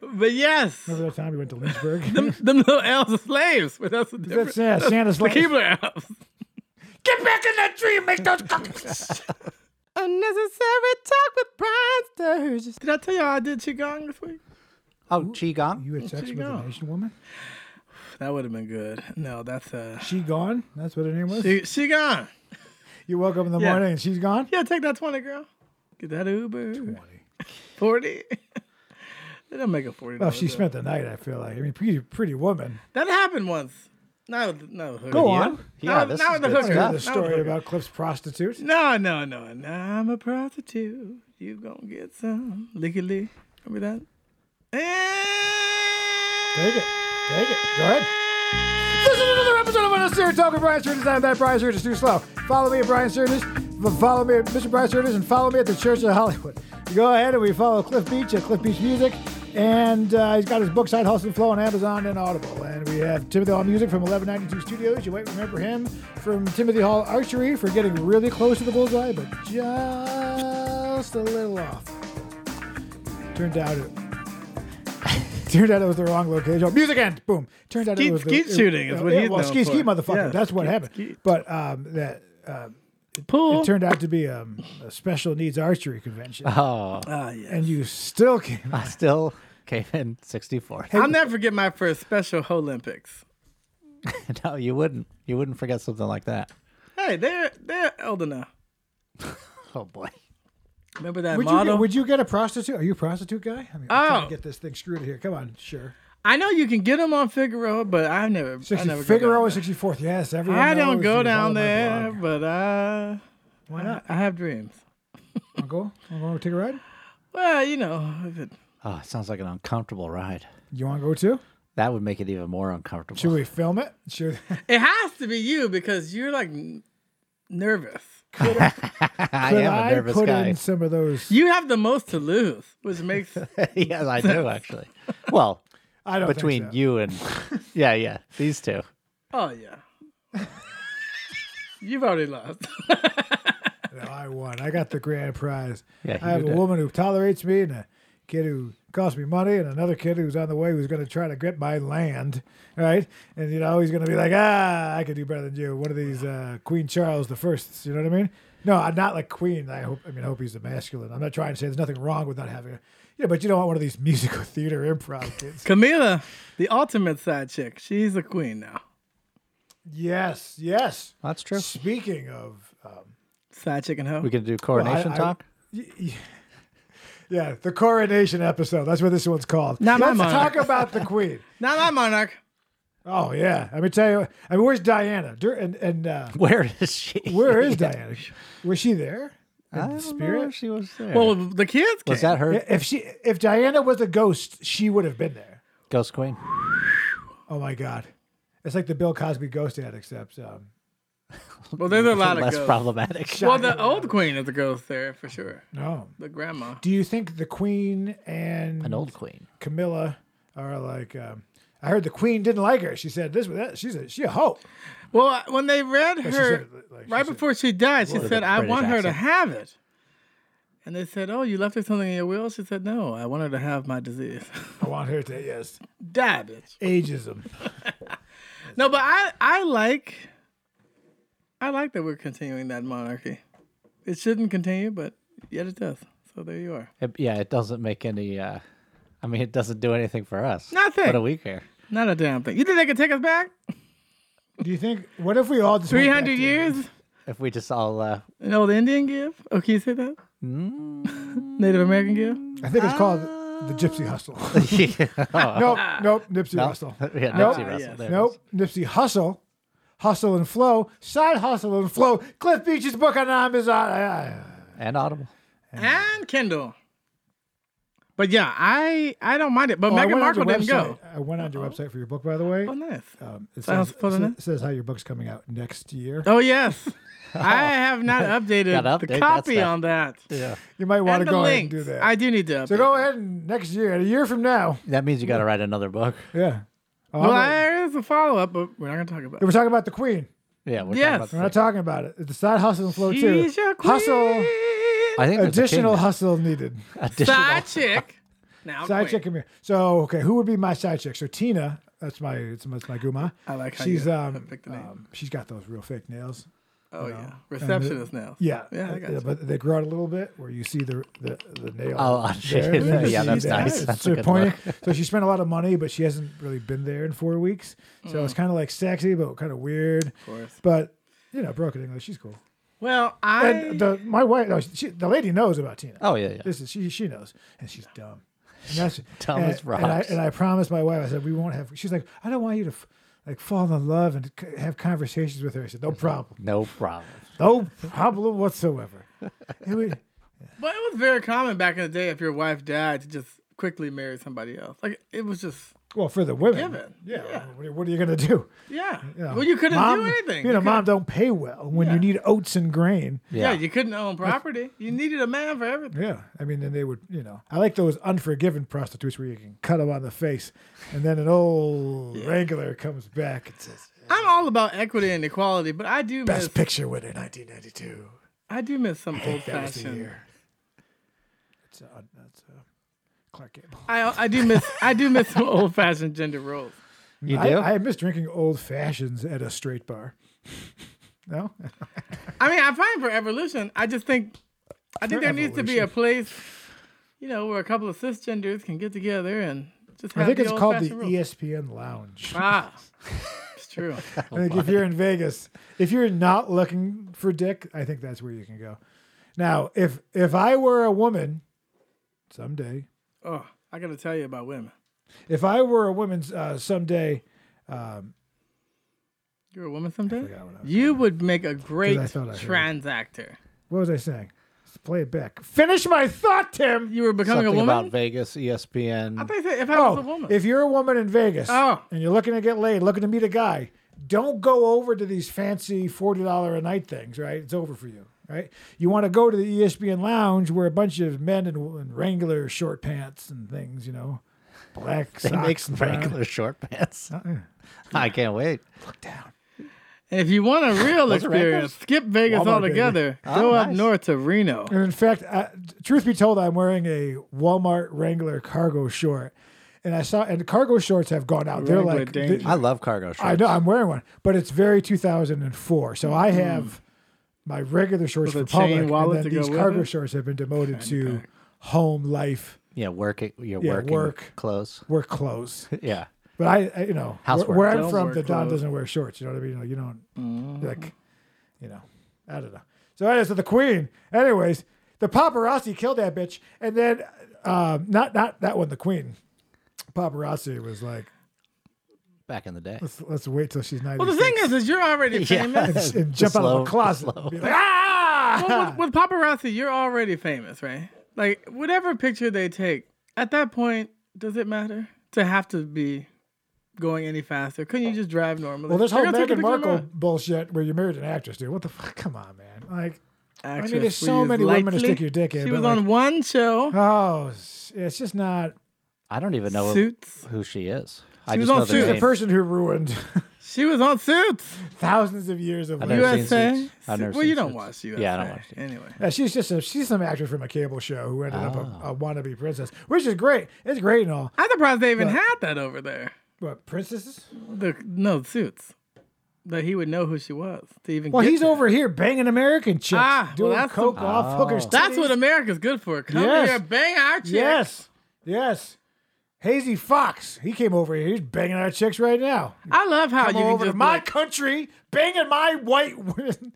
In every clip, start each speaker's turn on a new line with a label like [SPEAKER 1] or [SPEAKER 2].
[SPEAKER 1] But yes,
[SPEAKER 2] Remember that time we went to Lynchburg?
[SPEAKER 1] them, them little elves are slaves. But that's a different.
[SPEAKER 2] That's yeah, Santa's
[SPEAKER 1] the
[SPEAKER 2] like,
[SPEAKER 1] Keebler elves.
[SPEAKER 2] get back in that tree and make those cookies.
[SPEAKER 3] Unnecessary talk with Brian Sturges.
[SPEAKER 1] Did I tell you I did qigong this week?
[SPEAKER 3] Oh, Qigong.
[SPEAKER 2] you had sex
[SPEAKER 1] you
[SPEAKER 2] with
[SPEAKER 1] go.
[SPEAKER 2] an Asian woman?
[SPEAKER 1] That would have been good. No, that's uh,
[SPEAKER 2] She gone? That's what her name was.
[SPEAKER 1] she, she gone.
[SPEAKER 2] you woke up in the
[SPEAKER 1] Yeah.
[SPEAKER 2] morning and she's gone.
[SPEAKER 1] Yeah, take that 20, girl. Get that Uber. 20. 40. they don't make a 40.
[SPEAKER 2] Well, Oh, she spent the night. I feel like. I mean, pretty pretty woman.
[SPEAKER 1] That happened once. No, no. hooker.
[SPEAKER 2] Go
[SPEAKER 3] Yeah.
[SPEAKER 2] on.
[SPEAKER 3] Yeah,
[SPEAKER 1] No,
[SPEAKER 3] this
[SPEAKER 1] no,
[SPEAKER 3] is
[SPEAKER 1] the
[SPEAKER 3] good
[SPEAKER 1] hooker.
[SPEAKER 2] Heard
[SPEAKER 3] stuff.
[SPEAKER 2] the story about Cliff's prostitute.
[SPEAKER 1] No, no, no. no I'm a prostitute. You gonna get some. Licky lick. Remember that?
[SPEAKER 2] Take it. Take it. Go ahead. This is another episode of Unnecessary Talk with Brian Sturgis. I'm that Brian Sturgis. Too slow. Follow me at Brian Sturgis. F- Follow me at Mr. Brian Sturgis and follow me at the Church of Hollywood. You go ahead and we follow Cliff Beach at Cliff Beach Music. And uh, he's got his book, Side Hustle and Flow, on Amazon and Audible. And we have Timothy Hall Music from 1192 Studios. You might remember him from Timothy Hall Archery for getting really close to the bullseye, but just a little off. Turned out it Turned out it was the wrong location. Music end. Boom. Turned out
[SPEAKER 1] Skeet-
[SPEAKER 2] it was the,
[SPEAKER 1] skeet
[SPEAKER 2] it-
[SPEAKER 1] shooting is what
[SPEAKER 2] yeah,
[SPEAKER 1] he's
[SPEAKER 2] well,
[SPEAKER 1] known
[SPEAKER 2] skeet skeet
[SPEAKER 1] for.
[SPEAKER 2] motherfucker.
[SPEAKER 1] Yeah,
[SPEAKER 2] That's what
[SPEAKER 1] skeet
[SPEAKER 2] happened.
[SPEAKER 1] skeet.
[SPEAKER 2] But um, that um,
[SPEAKER 1] Pool.
[SPEAKER 2] it turned out to be um, a special needs archery convention,
[SPEAKER 3] Oh,
[SPEAKER 1] Ah, yeah.
[SPEAKER 2] and you still came.
[SPEAKER 3] I still came in 64.
[SPEAKER 1] I'll never forget my first special Olympics.
[SPEAKER 3] no, you wouldn't. You wouldn't forget something like that.
[SPEAKER 1] Hey, they're they're old enough.
[SPEAKER 3] Oh boy.
[SPEAKER 1] Remember that
[SPEAKER 2] Would you,
[SPEAKER 1] model?
[SPEAKER 2] get, would you get a prostitute? Are you a prostitute guy? I mean, I'm trying
[SPEAKER 1] Oh.
[SPEAKER 2] to get this thing screwed here. Come on, sure.
[SPEAKER 1] I know you can get them on Figueroa, but I never. I
[SPEAKER 2] 60,
[SPEAKER 1] never
[SPEAKER 2] Figueroa
[SPEAKER 1] go down
[SPEAKER 2] 64th. Yes,
[SPEAKER 1] there.
[SPEAKER 2] everyone.
[SPEAKER 1] I don't
[SPEAKER 2] knows
[SPEAKER 1] go
[SPEAKER 2] you. Follow
[SPEAKER 1] down
[SPEAKER 2] my
[SPEAKER 1] there,
[SPEAKER 2] blog.
[SPEAKER 1] but I.
[SPEAKER 2] Why not?
[SPEAKER 1] I have dreams.
[SPEAKER 2] Wanna go? Want to take a ride?
[SPEAKER 1] Well, you know, if it,
[SPEAKER 3] Oh, it sounds like an uncomfortable ride.
[SPEAKER 2] You want to go too?
[SPEAKER 3] That would make it even more uncomfortable.
[SPEAKER 2] Should we film it? Should
[SPEAKER 1] it has to be you because you're like n- nervous.
[SPEAKER 3] I
[SPEAKER 2] could
[SPEAKER 3] am a nervous
[SPEAKER 2] put
[SPEAKER 3] guy.
[SPEAKER 2] in some of those?
[SPEAKER 1] You have the most to lose, which makes
[SPEAKER 3] yes, I do actually. Well,
[SPEAKER 2] I don't think
[SPEAKER 3] between
[SPEAKER 2] so.
[SPEAKER 3] you and yeah, yeah, these two.
[SPEAKER 1] oh yeah. You've already lost.
[SPEAKER 2] No, I won. I got the grand prize.
[SPEAKER 3] Yeah, you
[SPEAKER 2] I have a
[SPEAKER 3] did.
[SPEAKER 2] woman who tolerates me and a kid who costs me money and another kid who's on the way who's going to try to get my land, right? And, you know, he's going to be like, ah, I can do better than you. One of these uh, Queen Charles the Firsts, you know what I mean? No, I'm not like Queen. I hope, I mean, I hope he's a masculine. I'm not trying to say there's nothing wrong with not having a, yeah, but you don't want one of these musical theater improv kids.
[SPEAKER 1] Camila, the ultimate side chick. She's a queen now.
[SPEAKER 2] yes, yes.
[SPEAKER 3] That's true.
[SPEAKER 2] Speaking of um,
[SPEAKER 1] Side chick and hoe.
[SPEAKER 3] We can do coronation
[SPEAKER 2] I-
[SPEAKER 3] talk.
[SPEAKER 2] Yeah, the coronation episode. That's what this one's called.
[SPEAKER 1] Not my
[SPEAKER 2] Let's
[SPEAKER 1] monarch.
[SPEAKER 2] talk about the queen.
[SPEAKER 1] Not my monarch.
[SPEAKER 2] Oh yeah, let me tell you. I mean, where's Diana? Dur- and and uh,
[SPEAKER 3] Where is she?
[SPEAKER 2] where is Diana? Was she there? In
[SPEAKER 3] I don't know
[SPEAKER 2] spirit?
[SPEAKER 3] if she was there.
[SPEAKER 1] Well, the kids. Came.
[SPEAKER 3] was that her
[SPEAKER 2] I- If she, if Diana was a ghost, she would have been there.
[SPEAKER 3] ghost queen?
[SPEAKER 2] Oh my God, it's like the Bill Cosby ghost ad, except um,
[SPEAKER 1] Well, there's a lot of
[SPEAKER 3] Less
[SPEAKER 1] ghosts.
[SPEAKER 3] problematic.
[SPEAKER 1] Well, the old queen is a ghost there for sure.
[SPEAKER 2] no.
[SPEAKER 1] The grandma.
[SPEAKER 2] Do you think the Queen and
[SPEAKER 3] An old queen.
[SPEAKER 2] Camilla are like? Um, I heard the Queen didn't like her. She said this was that. She's a she a hoe.
[SPEAKER 1] Well, when they read
[SPEAKER 2] she
[SPEAKER 1] her
[SPEAKER 2] said it like- she
[SPEAKER 1] right
[SPEAKER 2] said-
[SPEAKER 1] before she died, she
[SPEAKER 3] With
[SPEAKER 1] said,
[SPEAKER 3] a
[SPEAKER 1] "I
[SPEAKER 3] British
[SPEAKER 1] want her to
[SPEAKER 3] accent.
[SPEAKER 1] have it." And they said, "Oh, you left her something in your will?" She said, "No, I want her to have my disease."
[SPEAKER 2] I want her to yes.
[SPEAKER 1] Die, bitch.
[SPEAKER 2] Ageism.
[SPEAKER 1] No, but I, I like, I like that we're continuing that monarchy. It shouldn't continue, but yet it does. So there you are.
[SPEAKER 3] It- yeah, it doesn't make any. Uh, I mean, it doesn't do anything for us.
[SPEAKER 1] Nothing.
[SPEAKER 3] What do we care?
[SPEAKER 1] Not a damn thing. You think they could take us back
[SPEAKER 2] Do you think? What if we all just went
[SPEAKER 1] three
[SPEAKER 2] back
[SPEAKER 1] hundred
[SPEAKER 2] to-
[SPEAKER 1] years?
[SPEAKER 3] If we just all uh,
[SPEAKER 1] An old Indian give? Oh, can you say that?
[SPEAKER 2] Mm.
[SPEAKER 1] Native American give?
[SPEAKER 2] I think it's called
[SPEAKER 1] Uh,
[SPEAKER 2] the Gypsy Hustle.
[SPEAKER 3] yeah, oh,
[SPEAKER 2] nope, nope, Nipsey Hustle.
[SPEAKER 3] Uh-huh. Nipsey Russell.
[SPEAKER 1] yes.
[SPEAKER 3] there it
[SPEAKER 2] Nope, Nipsey Hustle. Hustle and flow, side hustle and flow. Cliff Beach's book on Amazon. I- I-
[SPEAKER 3] is. And Audible.
[SPEAKER 1] and Kindle. But yeah, I I don't mind it. But
[SPEAKER 2] Oh,
[SPEAKER 1] Meghan
[SPEAKER 2] I went on
[SPEAKER 1] Markle
[SPEAKER 2] your
[SPEAKER 1] didn't
[SPEAKER 2] website.
[SPEAKER 1] go.
[SPEAKER 2] I went on your website for your book, by the way.
[SPEAKER 1] Oh nice.
[SPEAKER 2] Um, it,
[SPEAKER 1] Sounds
[SPEAKER 2] says,
[SPEAKER 1] fun,
[SPEAKER 2] it
[SPEAKER 1] isn't it?
[SPEAKER 2] says how your book's coming out next year.
[SPEAKER 1] Oh yes. I have not updated
[SPEAKER 3] Gotta update
[SPEAKER 1] the
[SPEAKER 3] that
[SPEAKER 1] copy
[SPEAKER 3] stuff.
[SPEAKER 1] on that.
[SPEAKER 3] Yeah.
[SPEAKER 2] You might want
[SPEAKER 1] and
[SPEAKER 2] to
[SPEAKER 1] the
[SPEAKER 2] go ahead and
[SPEAKER 1] links.
[SPEAKER 2] do that.
[SPEAKER 1] I do need to update.
[SPEAKER 2] so go ahead and next year, a year from now.
[SPEAKER 3] That means you got to write another book.
[SPEAKER 2] Yeah. Oh,
[SPEAKER 1] Well,
[SPEAKER 2] I'm-
[SPEAKER 1] there is a follow up, but we're not gonna talk about
[SPEAKER 2] we're
[SPEAKER 1] it.
[SPEAKER 2] talking about the Queen.
[SPEAKER 3] Yeah. We're
[SPEAKER 1] Yes.
[SPEAKER 3] Talking
[SPEAKER 2] We're
[SPEAKER 3] about
[SPEAKER 2] not talking about it. It's the side hustle and flow
[SPEAKER 1] She's
[SPEAKER 2] too.
[SPEAKER 1] your queen.
[SPEAKER 2] Hustle.
[SPEAKER 3] I think there's a king
[SPEAKER 2] Additional
[SPEAKER 3] there.
[SPEAKER 2] hustle needed.
[SPEAKER 3] additional.
[SPEAKER 1] Side chick. Now
[SPEAKER 2] side
[SPEAKER 1] Oh, wait.
[SPEAKER 2] chick, come here. So okay, who would be my side chick? So Tina, that's my that's my, that's my guma.
[SPEAKER 1] I like how
[SPEAKER 2] she's
[SPEAKER 1] you
[SPEAKER 2] um,
[SPEAKER 1] picked the name.
[SPEAKER 2] um, she's got those real fake nails.
[SPEAKER 1] Oh yeah, receptionist now.
[SPEAKER 2] Yeah,
[SPEAKER 1] yeah, I got you.
[SPEAKER 2] but they grow out a little bit where you see the the, the nail.
[SPEAKER 3] Oh, oh, shit.
[SPEAKER 2] there.
[SPEAKER 3] Yeah,
[SPEAKER 2] You
[SPEAKER 3] that's
[SPEAKER 2] see
[SPEAKER 3] nice.
[SPEAKER 2] It's
[SPEAKER 3] That's a
[SPEAKER 2] sort of
[SPEAKER 3] good
[SPEAKER 2] pointy. So she spent a lot of money, but she hasn't really been there in four weeks. So
[SPEAKER 1] Mm.
[SPEAKER 2] it's kind of like sexy, but kind of weird. Of
[SPEAKER 1] course.
[SPEAKER 2] But you know, broken English. She's cool.
[SPEAKER 1] Well, I
[SPEAKER 2] And the my wife, no, she, the lady knows about Tina.
[SPEAKER 3] Oh, yeah, yeah.
[SPEAKER 2] This is she. She knows, and she's dumb. And that's
[SPEAKER 3] Dumb
[SPEAKER 2] and,
[SPEAKER 3] as
[SPEAKER 2] and I,
[SPEAKER 3] rocks.
[SPEAKER 2] and I promised my wife. I said we won't have. She's like, I don't want you to f- like fall in love and c- have conversations with her. I said, no problem,
[SPEAKER 3] No problem.
[SPEAKER 2] no problem whatsoever. It would-
[SPEAKER 1] but it was very common back in the day if your wife died to just quickly marry somebody else. Like it was just
[SPEAKER 2] well, for the women,
[SPEAKER 1] Given,
[SPEAKER 2] yeah.
[SPEAKER 1] yeah.
[SPEAKER 2] What, are, what are you gonna do?
[SPEAKER 1] yeah.
[SPEAKER 2] You know,
[SPEAKER 1] Well, you couldn't
[SPEAKER 2] mom-
[SPEAKER 1] do anything.
[SPEAKER 2] You know,
[SPEAKER 1] couldn't-
[SPEAKER 2] mom don't pay well when you
[SPEAKER 1] Yeah.
[SPEAKER 2] need oats and grain.
[SPEAKER 1] Yeah.
[SPEAKER 3] Yeah.
[SPEAKER 1] you couldn't own property. You needed a man for everything.
[SPEAKER 2] Yeah, I mean, then they would, you know, I like those unforgiven prostitutes where you can cut them on the face, and then an old regular comes back and says,
[SPEAKER 1] I'm all about equity and equality, but I do miss
[SPEAKER 2] "Best picture winner, 1992."
[SPEAKER 1] I do miss some old
[SPEAKER 2] That was the
[SPEAKER 1] fashioned.
[SPEAKER 2] year. It's uh, that's uh, Clark Gable.
[SPEAKER 1] I I do miss I do miss some old fashioned gender roles.
[SPEAKER 3] You
[SPEAKER 2] I,
[SPEAKER 3] do?
[SPEAKER 2] I miss drinking old fashions at a straight bar. no,
[SPEAKER 1] I mean, I'm fine for evolution. I just think I think there needs to be a place, you know, where a couple of cisgenders can get together and just have
[SPEAKER 2] I think
[SPEAKER 1] the
[SPEAKER 2] it's
[SPEAKER 1] old
[SPEAKER 2] called the E
[SPEAKER 1] fashioned rules.
[SPEAKER 2] ESPN Lounge.
[SPEAKER 1] Ah, it's true.
[SPEAKER 2] I think if you're in Vegas, if you're not looking for dick, I think that's where you can go. Now, if if I were a woman someday,
[SPEAKER 1] Oh, I gotta tell you about women.
[SPEAKER 2] if I were a woman uh, someday,
[SPEAKER 1] You're a woman someday.
[SPEAKER 2] forgot what I was
[SPEAKER 1] You would make a great
[SPEAKER 2] 'Cause I thought I heard.
[SPEAKER 1] transactor.
[SPEAKER 2] what was I saying? Let's play it back. Finish my thought, Tim.
[SPEAKER 1] You were becoming
[SPEAKER 3] Something
[SPEAKER 1] a woman.
[SPEAKER 3] about Vegas, E ESPN.
[SPEAKER 1] I think that if I was a
[SPEAKER 2] Oh,
[SPEAKER 1] woman,
[SPEAKER 2] if you're a woman in Vegas
[SPEAKER 1] Oh.
[SPEAKER 2] and you're looking to get laid, looking to meet a guy, don't go over to these fancy forty dollar a night things. Right, it's over for you. Right, you want to go to the E ESPN Lounge where a bunch of men in, in Wrangler short pants and things, you know, black
[SPEAKER 3] they make
[SPEAKER 2] socks.
[SPEAKER 3] some
[SPEAKER 2] and brown-
[SPEAKER 3] regular short pants.
[SPEAKER 2] Uh,
[SPEAKER 3] I can't wait.
[SPEAKER 1] and if you want a real
[SPEAKER 3] Those are
[SPEAKER 1] experience, skip Vegas
[SPEAKER 2] Walmart, Ah,
[SPEAKER 1] altogether. Go up
[SPEAKER 3] nice.
[SPEAKER 1] north to Reno.
[SPEAKER 2] And in fact, I, truth be told, I'm wearing a Walmart Wrangler cargo short, and I saw and cargo shorts have gone out. They're
[SPEAKER 1] Wrangler
[SPEAKER 2] like they-
[SPEAKER 1] danger.
[SPEAKER 3] I love cargo shorts.
[SPEAKER 2] I know I'm wearing one, but it's very 2004. So I have my regular shorts
[SPEAKER 1] With a
[SPEAKER 2] for public,
[SPEAKER 1] Hmm. chain wallet
[SPEAKER 2] and
[SPEAKER 1] to
[SPEAKER 2] then
[SPEAKER 1] go
[SPEAKER 2] these
[SPEAKER 1] with
[SPEAKER 2] cargo
[SPEAKER 1] it?
[SPEAKER 2] shorts have been demoted to home life
[SPEAKER 3] Yeah, work it. You're
[SPEAKER 2] Yeah,
[SPEAKER 3] working
[SPEAKER 2] work.
[SPEAKER 3] clothes.
[SPEAKER 2] work clothes.
[SPEAKER 3] Yeah.
[SPEAKER 2] But I, I you know, where,
[SPEAKER 3] Housework.
[SPEAKER 2] where I'm
[SPEAKER 1] Don't
[SPEAKER 2] from,
[SPEAKER 1] wear
[SPEAKER 2] the Don
[SPEAKER 1] clothes. Mm-hmm.
[SPEAKER 2] doesn't wear shorts. You know what I mean? Like, you don't like, you know, I don't know. So anyway, so the Queen. Anyways, the paparazzi killed that bitch, and then um, not not that one, the Queen. Paparazzi was like,
[SPEAKER 3] Back in the day.
[SPEAKER 2] let's let's wait till she's ninety.
[SPEAKER 1] Well, the thing is, is you're already famous.
[SPEAKER 2] and, and jump out
[SPEAKER 3] slow-
[SPEAKER 2] of
[SPEAKER 3] the
[SPEAKER 2] the closet.
[SPEAKER 3] slow.
[SPEAKER 2] And be like, ah!
[SPEAKER 1] Well, with, with paparazzi, you're already famous, right? Like whatever picture they take, at that point, does it matter to have to be going any faster? Couldn't you just drive normally?
[SPEAKER 2] Well, this
[SPEAKER 1] You're
[SPEAKER 2] whole
[SPEAKER 1] gonna take a
[SPEAKER 2] Meghan
[SPEAKER 1] picture of
[SPEAKER 2] Markle
[SPEAKER 1] mine.
[SPEAKER 2] bullshit where you married an actress, dude. What the fuck? Come on, man. Like,
[SPEAKER 1] Actress,
[SPEAKER 2] there's
[SPEAKER 1] we
[SPEAKER 2] so
[SPEAKER 1] use
[SPEAKER 2] many women to stick
[SPEAKER 1] lightly.
[SPEAKER 2] your dick in,
[SPEAKER 1] She
[SPEAKER 2] but
[SPEAKER 1] was
[SPEAKER 2] like-
[SPEAKER 1] on one show,
[SPEAKER 2] oh, s- it's just not.
[SPEAKER 3] I don't even know
[SPEAKER 1] Suits.
[SPEAKER 3] who she is. I
[SPEAKER 1] She was
[SPEAKER 3] just
[SPEAKER 1] on
[SPEAKER 3] know
[SPEAKER 1] Suits.
[SPEAKER 3] the
[SPEAKER 2] She's the
[SPEAKER 3] name.
[SPEAKER 2] person who ruined
[SPEAKER 1] She was on Suits.
[SPEAKER 2] thousands of years of.
[SPEAKER 3] I've
[SPEAKER 2] labor.
[SPEAKER 3] never seen
[SPEAKER 1] USA.
[SPEAKER 3] Suits. I've never
[SPEAKER 1] well,
[SPEAKER 3] seen
[SPEAKER 1] you don't
[SPEAKER 3] Suits.
[SPEAKER 1] watch USA.
[SPEAKER 3] Yeah, I don't watch Suits.
[SPEAKER 1] Anyway,
[SPEAKER 2] Yeah, she's just a, she's some actress from a cable show who ended up
[SPEAKER 3] Oh.
[SPEAKER 2] a, a wannabe princess, which is great. It's great and all,
[SPEAKER 1] I'm surprised they even had that over there.
[SPEAKER 2] but princesses.
[SPEAKER 1] The no Suits, that he would know who she was to even.
[SPEAKER 2] Well,
[SPEAKER 1] get
[SPEAKER 2] he's
[SPEAKER 1] to
[SPEAKER 2] over here banging American chicks,
[SPEAKER 1] Ah, well,
[SPEAKER 2] doing
[SPEAKER 1] that's
[SPEAKER 2] coke
[SPEAKER 1] some-
[SPEAKER 2] off hookers.
[SPEAKER 3] Oh.
[SPEAKER 1] That's
[SPEAKER 2] titties.
[SPEAKER 1] what America's good for. Come
[SPEAKER 2] Yes.
[SPEAKER 1] here, bang our chicks.
[SPEAKER 2] Yes, yes. Hazy Fox, he came over here. He's banging our chicks right now.
[SPEAKER 1] I love how you
[SPEAKER 2] Come
[SPEAKER 1] can
[SPEAKER 2] over to
[SPEAKER 1] just
[SPEAKER 2] my
[SPEAKER 1] like-
[SPEAKER 2] country, banging my white women.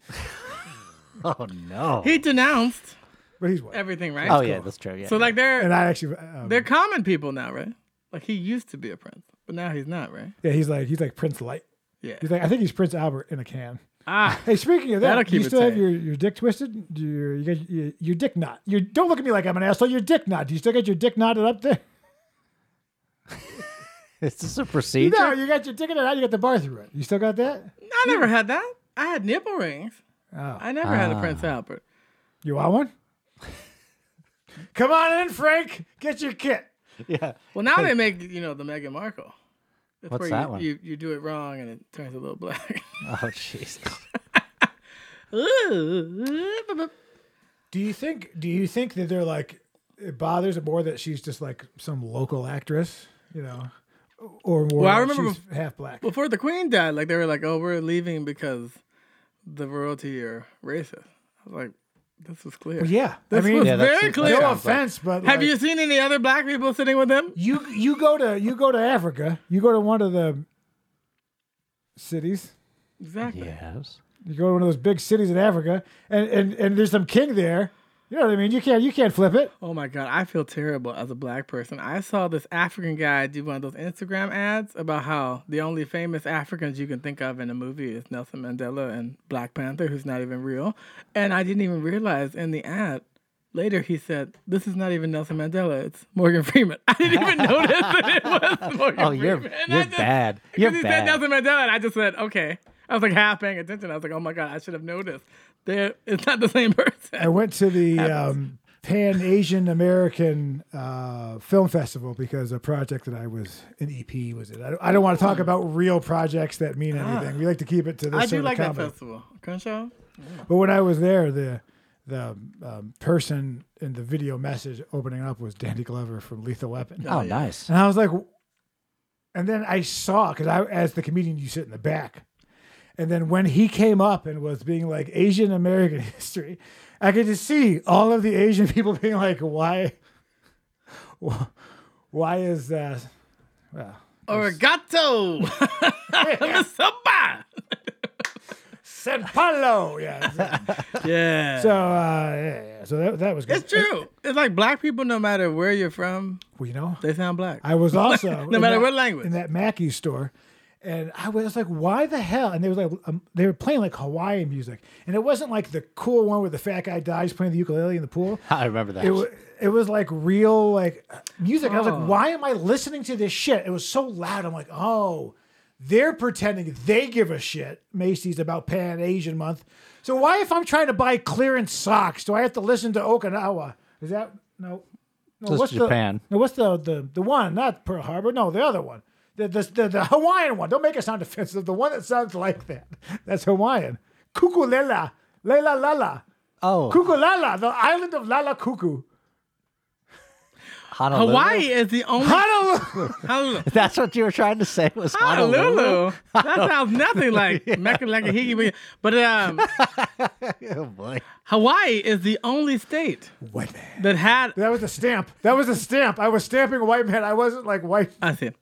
[SPEAKER 3] Oh, no.
[SPEAKER 1] he denounced
[SPEAKER 2] but he's white.
[SPEAKER 1] everything, right?
[SPEAKER 3] oh, yeah, that's true. Yeah.
[SPEAKER 1] So like they're
[SPEAKER 2] And I actually, um,
[SPEAKER 1] they're common people now, right? Like he used to be a prince, but now he's not, right?
[SPEAKER 2] yeah, he's like he's like Prince Light.
[SPEAKER 1] Yeah.
[SPEAKER 2] He's like I think he's Prince Albert in a can.
[SPEAKER 1] Ah,
[SPEAKER 2] Hey, speaking of
[SPEAKER 1] That'll
[SPEAKER 2] that,
[SPEAKER 1] keep
[SPEAKER 2] you
[SPEAKER 1] it
[SPEAKER 2] still have
[SPEAKER 1] tight.
[SPEAKER 2] your, your dick twisted? Do Your, you got your, your dick knot. You don't look at me like I'm an asshole. Your dick knot. Do you still get your dick knotted up there?
[SPEAKER 3] is this a procedure?
[SPEAKER 2] No, you got your dick in it out. You got the bar through it. You still got that?
[SPEAKER 1] I never had that. I had nipple rings. I never had a
[SPEAKER 3] Ah.
[SPEAKER 1] Prince Albert.
[SPEAKER 2] You want one? Come on in, Frank. Get your kit.
[SPEAKER 3] Yeah.
[SPEAKER 1] Well, now they make you know the Meghan Markle. That's
[SPEAKER 3] What's
[SPEAKER 1] where
[SPEAKER 3] that
[SPEAKER 1] you,
[SPEAKER 3] one?
[SPEAKER 1] you you do it wrong and it turns a little black.
[SPEAKER 3] Oh, jeez.
[SPEAKER 1] Ooh.
[SPEAKER 2] Do you think? Do you think that they're like it bothers it more that she's just like some local actress, you know, or more.
[SPEAKER 1] Well, I
[SPEAKER 2] that
[SPEAKER 1] remember
[SPEAKER 2] she's half black.
[SPEAKER 1] Before the Queen died, like they were like, "Oh, we're leaving because the royalty are racist." I was like, "This was clear."
[SPEAKER 2] Well, yeah, I
[SPEAKER 1] This
[SPEAKER 2] mean,
[SPEAKER 1] was
[SPEAKER 3] Yeah, that's-
[SPEAKER 1] very
[SPEAKER 3] that
[SPEAKER 1] clear.
[SPEAKER 2] no
[SPEAKER 3] sounds like-
[SPEAKER 2] offense, but
[SPEAKER 1] Have
[SPEAKER 2] like,
[SPEAKER 1] you seen any other black people sitting with them?
[SPEAKER 2] You you go to you go to Africa. You go to one of the cities.
[SPEAKER 1] Exactly.
[SPEAKER 3] Yes.
[SPEAKER 2] You go to one of those big cities in Africa, and and, and there's some king there. You know what I mean? You can't you can't flip it.
[SPEAKER 1] Oh my god, I feel terrible as a black person. I saw this African guy do one of those Instagram ads about how the only famous Africans you can think of in a movie is Nelson Mandela and Black Panther, who's not even real. And I didn't even realize in the ad later he said, "This is not even Nelson Mandela. It's Morgan Freeman." I didn't even notice that it was Morgan
[SPEAKER 3] Oh, you're
[SPEAKER 1] Freeman. And I
[SPEAKER 3] you're
[SPEAKER 1] just-
[SPEAKER 3] bad. You're
[SPEAKER 1] Because he said
[SPEAKER 3] bad.
[SPEAKER 1] Nelson Mandela, and I just said, "Okay." I was like half paying attention. I was like, "Oh my god, I should have noticed." There, it's not the same person.
[SPEAKER 2] I went to the um, Pan Asian American uh, Film Festival because a project that I was an EP was in. I don't, I don't want to talk about real projects that mean anything. We like to keep it to this.
[SPEAKER 1] Ah. I
[SPEAKER 2] sort
[SPEAKER 1] do
[SPEAKER 2] of
[SPEAKER 1] like that
[SPEAKER 2] comedy.
[SPEAKER 1] festival, Crenshaw.
[SPEAKER 2] But when I was there, the the um, person in the video message opening up was Danny Glover from Lethal Weapon,
[SPEAKER 3] Oh, nice.
[SPEAKER 2] and I was like, and then I saw because I, as the comedian, you sit in the back, and then when he came up and was being like Asian American history, I could just see all of the Asian people being like, why, wh- why is uh, that? Well,
[SPEAKER 1] Origato! Samba!
[SPEAKER 2] San Paulo, yeah.
[SPEAKER 1] Yeah.
[SPEAKER 2] So uh, yeah, yeah. so that, that was good.
[SPEAKER 1] it's true. It's like black people, no matter where you're from,
[SPEAKER 2] Well, you know,
[SPEAKER 1] they sound black.
[SPEAKER 2] I was also
[SPEAKER 1] No
[SPEAKER 2] in
[SPEAKER 1] matter
[SPEAKER 2] that-
[SPEAKER 1] what language.
[SPEAKER 2] in that Mackey store, and I was like, "Why the hell?" And they was like, um, they were playing like Hawaiian music, and it wasn't like the cool one where the fat guy dies playing the ukulele in the pool.
[SPEAKER 3] I remember that.
[SPEAKER 2] It was it was like real like music. And I was
[SPEAKER 1] Oh.
[SPEAKER 2] like, "Why am I listening to this shit?" It was so loud. I'm like, "Oh." They're pretending they give a shit, Macy's, about Pan Asian Month. So why, if I'm trying to buy clearance socks, do I have to listen to Okinawa? Is that no? No,
[SPEAKER 3] Just
[SPEAKER 2] what's the-
[SPEAKER 3] Japan.
[SPEAKER 2] no, what's the, the the one? Not Pearl Harbor. No, the other one. The the, the the Hawaiian one. Don't make it sound offensive. The one that sounds like that. That's Hawaiian. Kukulela. Lela Lala.
[SPEAKER 3] oh,
[SPEAKER 2] Kukulala. The island of Lala Kuku.
[SPEAKER 3] Honolulu.
[SPEAKER 1] Hawaii is the only.
[SPEAKER 2] Honolulu.
[SPEAKER 1] Honolulu.
[SPEAKER 3] That's what you were trying to say was Honolulu.
[SPEAKER 1] Honolulu. That sounds nothing like Mecca Lakahiki. But um,
[SPEAKER 3] Oh boy.
[SPEAKER 1] Hawaii is the only state
[SPEAKER 2] white man.
[SPEAKER 1] that had.
[SPEAKER 2] That was the stamp. That was the stamp. I was stamping a white man. I wasn't like white.
[SPEAKER 1] I said,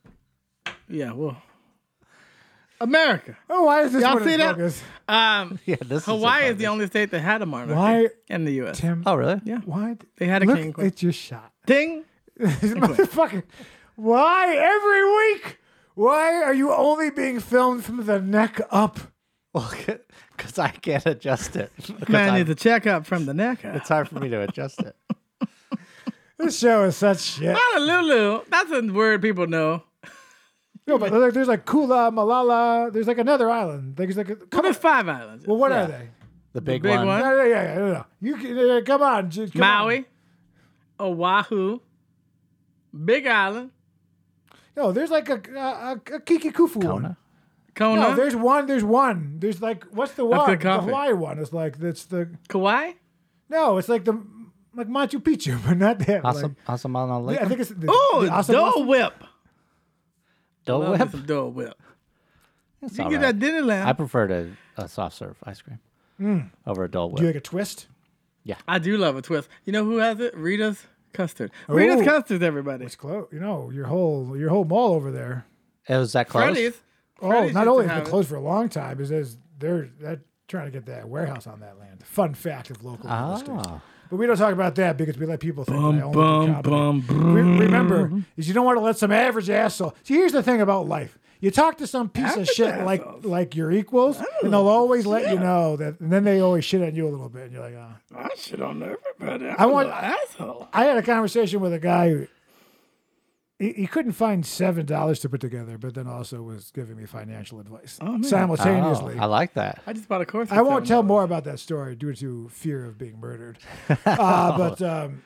[SPEAKER 1] yeah, well. America.
[SPEAKER 2] Oh, why is this
[SPEAKER 1] Y'all
[SPEAKER 2] one
[SPEAKER 1] see
[SPEAKER 2] in
[SPEAKER 1] that?
[SPEAKER 2] focus?
[SPEAKER 1] Um,
[SPEAKER 3] Yeah, this
[SPEAKER 1] Hawaii
[SPEAKER 3] is,
[SPEAKER 1] is the only state that had a monarchy
[SPEAKER 2] Why,
[SPEAKER 1] in the U.S.
[SPEAKER 2] Tim?
[SPEAKER 3] Oh really?
[SPEAKER 1] Yeah.
[SPEAKER 2] Why?
[SPEAKER 1] They had a
[SPEAKER 2] look
[SPEAKER 1] king.
[SPEAKER 2] It's your shot.
[SPEAKER 1] Ding.
[SPEAKER 2] This motherfucker. Why every week? Why are you only being filmed from the neck up?
[SPEAKER 3] Well, because I can't adjust it. 'Cause
[SPEAKER 1] Man
[SPEAKER 3] I'm-
[SPEAKER 1] needs a checkup from the neck. up.
[SPEAKER 3] it's hard for me to adjust it.
[SPEAKER 2] This show is such shit.
[SPEAKER 1] Ah. Honolulu. That's a word people know.
[SPEAKER 2] No, but there's like, there's like Kula, Malala. There's like another island. There's like a, come on.
[SPEAKER 1] There's five islands.
[SPEAKER 2] Well, what
[SPEAKER 3] Yeah.
[SPEAKER 2] are they?
[SPEAKER 3] The big,
[SPEAKER 1] big one.
[SPEAKER 2] No, no, yeah, yeah, no, no. You can, uh, come on, just, come on.
[SPEAKER 1] Maui, Oahu, Big Island,
[SPEAKER 2] No, there's like a a, a, a Kiki Kufu one.
[SPEAKER 3] Kona.
[SPEAKER 1] Kona,
[SPEAKER 2] No, there's one. There's one. There's like what's the one? the
[SPEAKER 1] coffee.
[SPEAKER 2] Hawaii one. It's like that's the
[SPEAKER 1] Kauai.
[SPEAKER 2] no. It's like the like Machu Picchu, but not that.
[SPEAKER 3] Awesome, awesome on a
[SPEAKER 2] Like,
[SPEAKER 3] lake.
[SPEAKER 2] yeah, I think it's the,
[SPEAKER 1] Oh,
[SPEAKER 2] the awesome,
[SPEAKER 1] Dole
[SPEAKER 2] awesome-
[SPEAKER 1] Whip.
[SPEAKER 3] Dole
[SPEAKER 1] Love me
[SPEAKER 3] Whip.
[SPEAKER 1] some Dole Whip.
[SPEAKER 3] It's
[SPEAKER 1] You
[SPEAKER 3] all
[SPEAKER 1] get
[SPEAKER 3] right.
[SPEAKER 1] that Disneyland.
[SPEAKER 3] I prefer to a soft serve ice cream
[SPEAKER 2] Mm.
[SPEAKER 3] over a Dole
[SPEAKER 2] Do you
[SPEAKER 3] Whip.
[SPEAKER 2] like a twist?
[SPEAKER 1] I do love a twist. You know who has it? Rita's Custard. Rita's
[SPEAKER 2] Ooh.
[SPEAKER 1] Custard's everybody.
[SPEAKER 2] It's close. You know your whole your whole mall over there.
[SPEAKER 3] It was that close.
[SPEAKER 1] Freddy's.
[SPEAKER 2] Oh,
[SPEAKER 1] Freddy's
[SPEAKER 2] not
[SPEAKER 1] used
[SPEAKER 2] only
[SPEAKER 1] to
[SPEAKER 2] has it
[SPEAKER 1] have
[SPEAKER 2] been closed for a long time, is there's they're that trying to get that warehouse on that land. Fun fact of local real estate.
[SPEAKER 3] Oh,
[SPEAKER 2] But we don't talk about that because we let people think that I only do
[SPEAKER 1] Bum,
[SPEAKER 2] comedy.
[SPEAKER 1] bum, bum.
[SPEAKER 2] Re-
[SPEAKER 1] Mm-hmm.
[SPEAKER 2] remember is you don't want to let some average asshole. See, here's the thing about life: you talk to some piece of
[SPEAKER 1] Average Oh,
[SPEAKER 2] shit like like your equals, and they'll always let you know that. And then they always shit on you a little bit, and you're like, oh.
[SPEAKER 1] I shit on everybody. i
[SPEAKER 2] I want-
[SPEAKER 1] an asshole.
[SPEAKER 2] I had a conversation with a guy who he, he couldn't find seven dollars to put together, but then also was giving me financial advice
[SPEAKER 1] Oh,
[SPEAKER 2] simultaneously.
[SPEAKER 3] Oh, I like that.
[SPEAKER 1] I just bought a course.
[SPEAKER 2] I won't tell more about that story due to fear of being murdered. Uh, but um,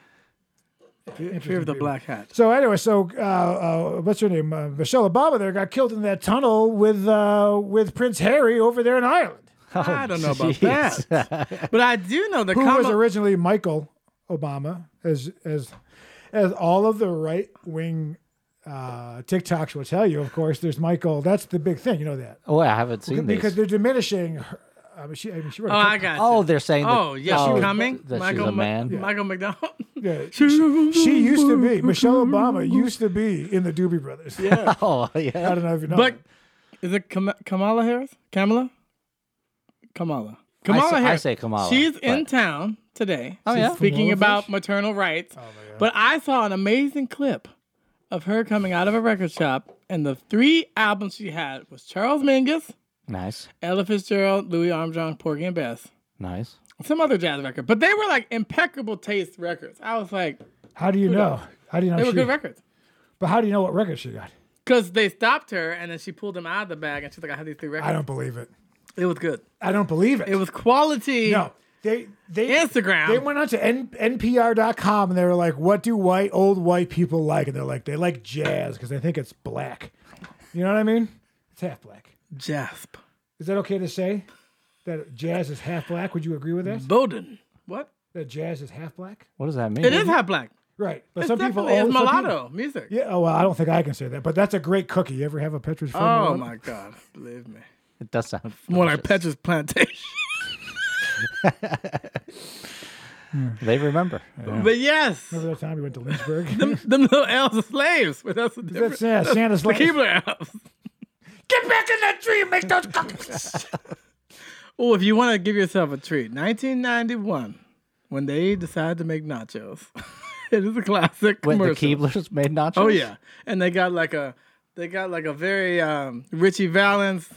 [SPEAKER 1] Fear of the Black Hat.
[SPEAKER 2] so anyway, so uh, uh, what's her name? Uh, Michelle Obama there got killed in that tunnel with uh, with Prince Harry over there in Ireland,
[SPEAKER 1] I don't know about
[SPEAKER 3] jeez.
[SPEAKER 1] that. But I do know the
[SPEAKER 2] who was
[SPEAKER 1] Kamala-
[SPEAKER 2] originally Michael Obama as as as all of the right wing uh, TikToks will tell you, of course, there's Michael. That's the big thing. You know that
[SPEAKER 3] Oh, I haven't seen these.
[SPEAKER 2] because they're diminishing. Her, I mean, she. I mean, she wrote.
[SPEAKER 1] Oh,
[SPEAKER 2] a
[SPEAKER 1] I
[SPEAKER 2] TikTok.
[SPEAKER 1] got.
[SPEAKER 3] oh,
[SPEAKER 1] you.
[SPEAKER 3] they're saying. That,
[SPEAKER 1] oh, yeah,
[SPEAKER 3] oh,
[SPEAKER 1] she coming.
[SPEAKER 3] That
[SPEAKER 1] Michael
[SPEAKER 3] she's a
[SPEAKER 1] Ma-
[SPEAKER 3] man.
[SPEAKER 1] Michael McDonald.
[SPEAKER 2] Yeah, she, she used to be Michelle Obama. Used to be in the Doobie Brothers. Yeah,
[SPEAKER 3] Oh,
[SPEAKER 2] I
[SPEAKER 3] yeah.
[SPEAKER 2] don't know if you know.
[SPEAKER 1] But is it Kam- Kamala Harris? Kamala? Kamala. Kamala
[SPEAKER 3] I say, I
[SPEAKER 1] Harris.
[SPEAKER 3] say Kamala.
[SPEAKER 1] She's
[SPEAKER 3] but-
[SPEAKER 1] in town today.
[SPEAKER 3] Oh, yeah?
[SPEAKER 1] Speaking
[SPEAKER 2] Kamala
[SPEAKER 1] about
[SPEAKER 2] Harris?
[SPEAKER 1] maternal rights.
[SPEAKER 2] Oh, my God.
[SPEAKER 1] But I saw an amazing clip of her coming out of a record shop, and the three albums she had was Charles Mingus,
[SPEAKER 3] Nice,
[SPEAKER 1] Ella Fitzgerald, Louis Armstrong, Porgy and Bess.
[SPEAKER 3] nice.
[SPEAKER 1] Some other jazz record. But they were like impeccable taste records. I was like,
[SPEAKER 2] how do you know? How do you know?
[SPEAKER 1] they were
[SPEAKER 2] she-
[SPEAKER 1] good records.
[SPEAKER 2] but how do you know what record she got?
[SPEAKER 1] Because they stopped her, and then she pulled them out of the bag, and she's like, I have these three
[SPEAKER 2] I
[SPEAKER 1] records.
[SPEAKER 2] don't believe it.
[SPEAKER 1] It was good.
[SPEAKER 2] I don't believe it.
[SPEAKER 1] It was quality.
[SPEAKER 2] no, they they
[SPEAKER 1] Instagram.
[SPEAKER 2] They went on to N- NPR.com and they were like, "What do white old white people like?" And they're like, "They like jazz because they think it's black." You know what I mean? It's half black.
[SPEAKER 1] Jasp.
[SPEAKER 2] Is that okay to say? That jazz is half black? Would you agree with that?
[SPEAKER 1] Bowden. What?
[SPEAKER 2] That jazz is half black?
[SPEAKER 3] What does that mean?
[SPEAKER 1] It is half black.
[SPEAKER 2] Right. But
[SPEAKER 1] It's
[SPEAKER 2] Mm-hmm. some people
[SPEAKER 1] definitely it's
[SPEAKER 2] some people-
[SPEAKER 1] mulatto music.
[SPEAKER 2] yeah. Oh well, I don't think I can say that. But that's a great cookie. You ever have a Petra's? Farm
[SPEAKER 1] Oh
[SPEAKER 2] one?
[SPEAKER 1] my god, believe me.
[SPEAKER 3] It does sound
[SPEAKER 1] More like
[SPEAKER 3] delicious.
[SPEAKER 1] Petra's plantation.
[SPEAKER 3] They remember.
[SPEAKER 1] But yes,
[SPEAKER 2] Remember that time we went to Lynchburg?
[SPEAKER 1] them, them little elves are slaves. But that's the difference.
[SPEAKER 2] that's yeah, Santa's
[SPEAKER 1] The
[SPEAKER 2] like, Get
[SPEAKER 1] Keebler elves.
[SPEAKER 2] back in that tree, and make those cookies.
[SPEAKER 1] Oh, if you want to give yourself a treat, 1991, when they decided to make nachos, it is a classic
[SPEAKER 3] When the
[SPEAKER 1] commercial.
[SPEAKER 3] Keeblers made nachos.
[SPEAKER 1] Oh yeah, and they got like a they got like a very um, Richie Valens,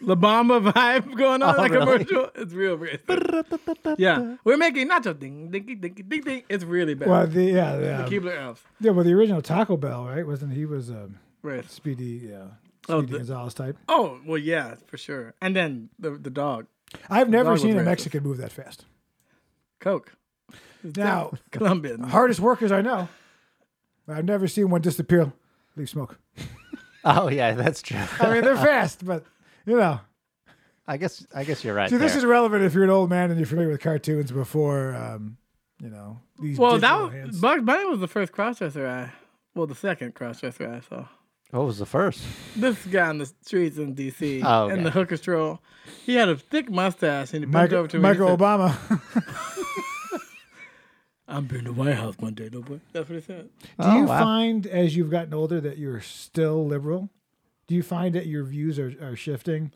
[SPEAKER 1] La Bamba vibe going on
[SPEAKER 3] Oh,
[SPEAKER 1] in that
[SPEAKER 3] really?
[SPEAKER 1] commercial. It's real racist. yeah, we're making nacho ding ding ding ding ding. ding. It's really bad.
[SPEAKER 2] well, the yeah, yeah,
[SPEAKER 1] Keebler elves.
[SPEAKER 2] yeah. Well, the original Taco Bell, right? Wasn't he was um,
[SPEAKER 1] Racist.
[SPEAKER 2] Speedy, yeah, Speedy
[SPEAKER 1] Oh, the-
[SPEAKER 2] Gonzalez type.
[SPEAKER 1] Oh well, yeah, for sure. And then the the dog,
[SPEAKER 2] I've
[SPEAKER 1] dog
[SPEAKER 2] never
[SPEAKER 1] was
[SPEAKER 2] seen a
[SPEAKER 1] racist.
[SPEAKER 2] Mexican move that fast.
[SPEAKER 1] Coke,
[SPEAKER 2] Now,
[SPEAKER 1] Colombian.
[SPEAKER 2] hardest workers I know, but I've never seen one disappear, leave smoke.
[SPEAKER 3] Oh yeah, that's true.
[SPEAKER 2] I mean, they're fast, but you know.
[SPEAKER 3] I guess I guess you're right.
[SPEAKER 2] See, this
[SPEAKER 3] there.
[SPEAKER 2] is relevant if you're an old man and you're familiar with cartoons before, um, you know, these.
[SPEAKER 1] Well, that
[SPEAKER 2] digital
[SPEAKER 1] was,
[SPEAKER 2] hands.
[SPEAKER 1] Bugs Bunny was the first crossdresser I, well, the second crossdresser I saw.
[SPEAKER 3] what was the first?
[SPEAKER 1] this guy in the streets in D.C.
[SPEAKER 3] Oh, okay.
[SPEAKER 1] in the hooker stroll. He had a thick mustache and he bent
[SPEAKER 2] Michael,
[SPEAKER 1] over to me.
[SPEAKER 2] Michael
[SPEAKER 1] and he said,
[SPEAKER 2] Obama.
[SPEAKER 1] I'm being the White House one day, little boy. That's what he said.
[SPEAKER 2] Do you
[SPEAKER 3] Oh, wow.
[SPEAKER 2] find as you've gotten older that you're still liberal? Do you find that your views are, are shifting?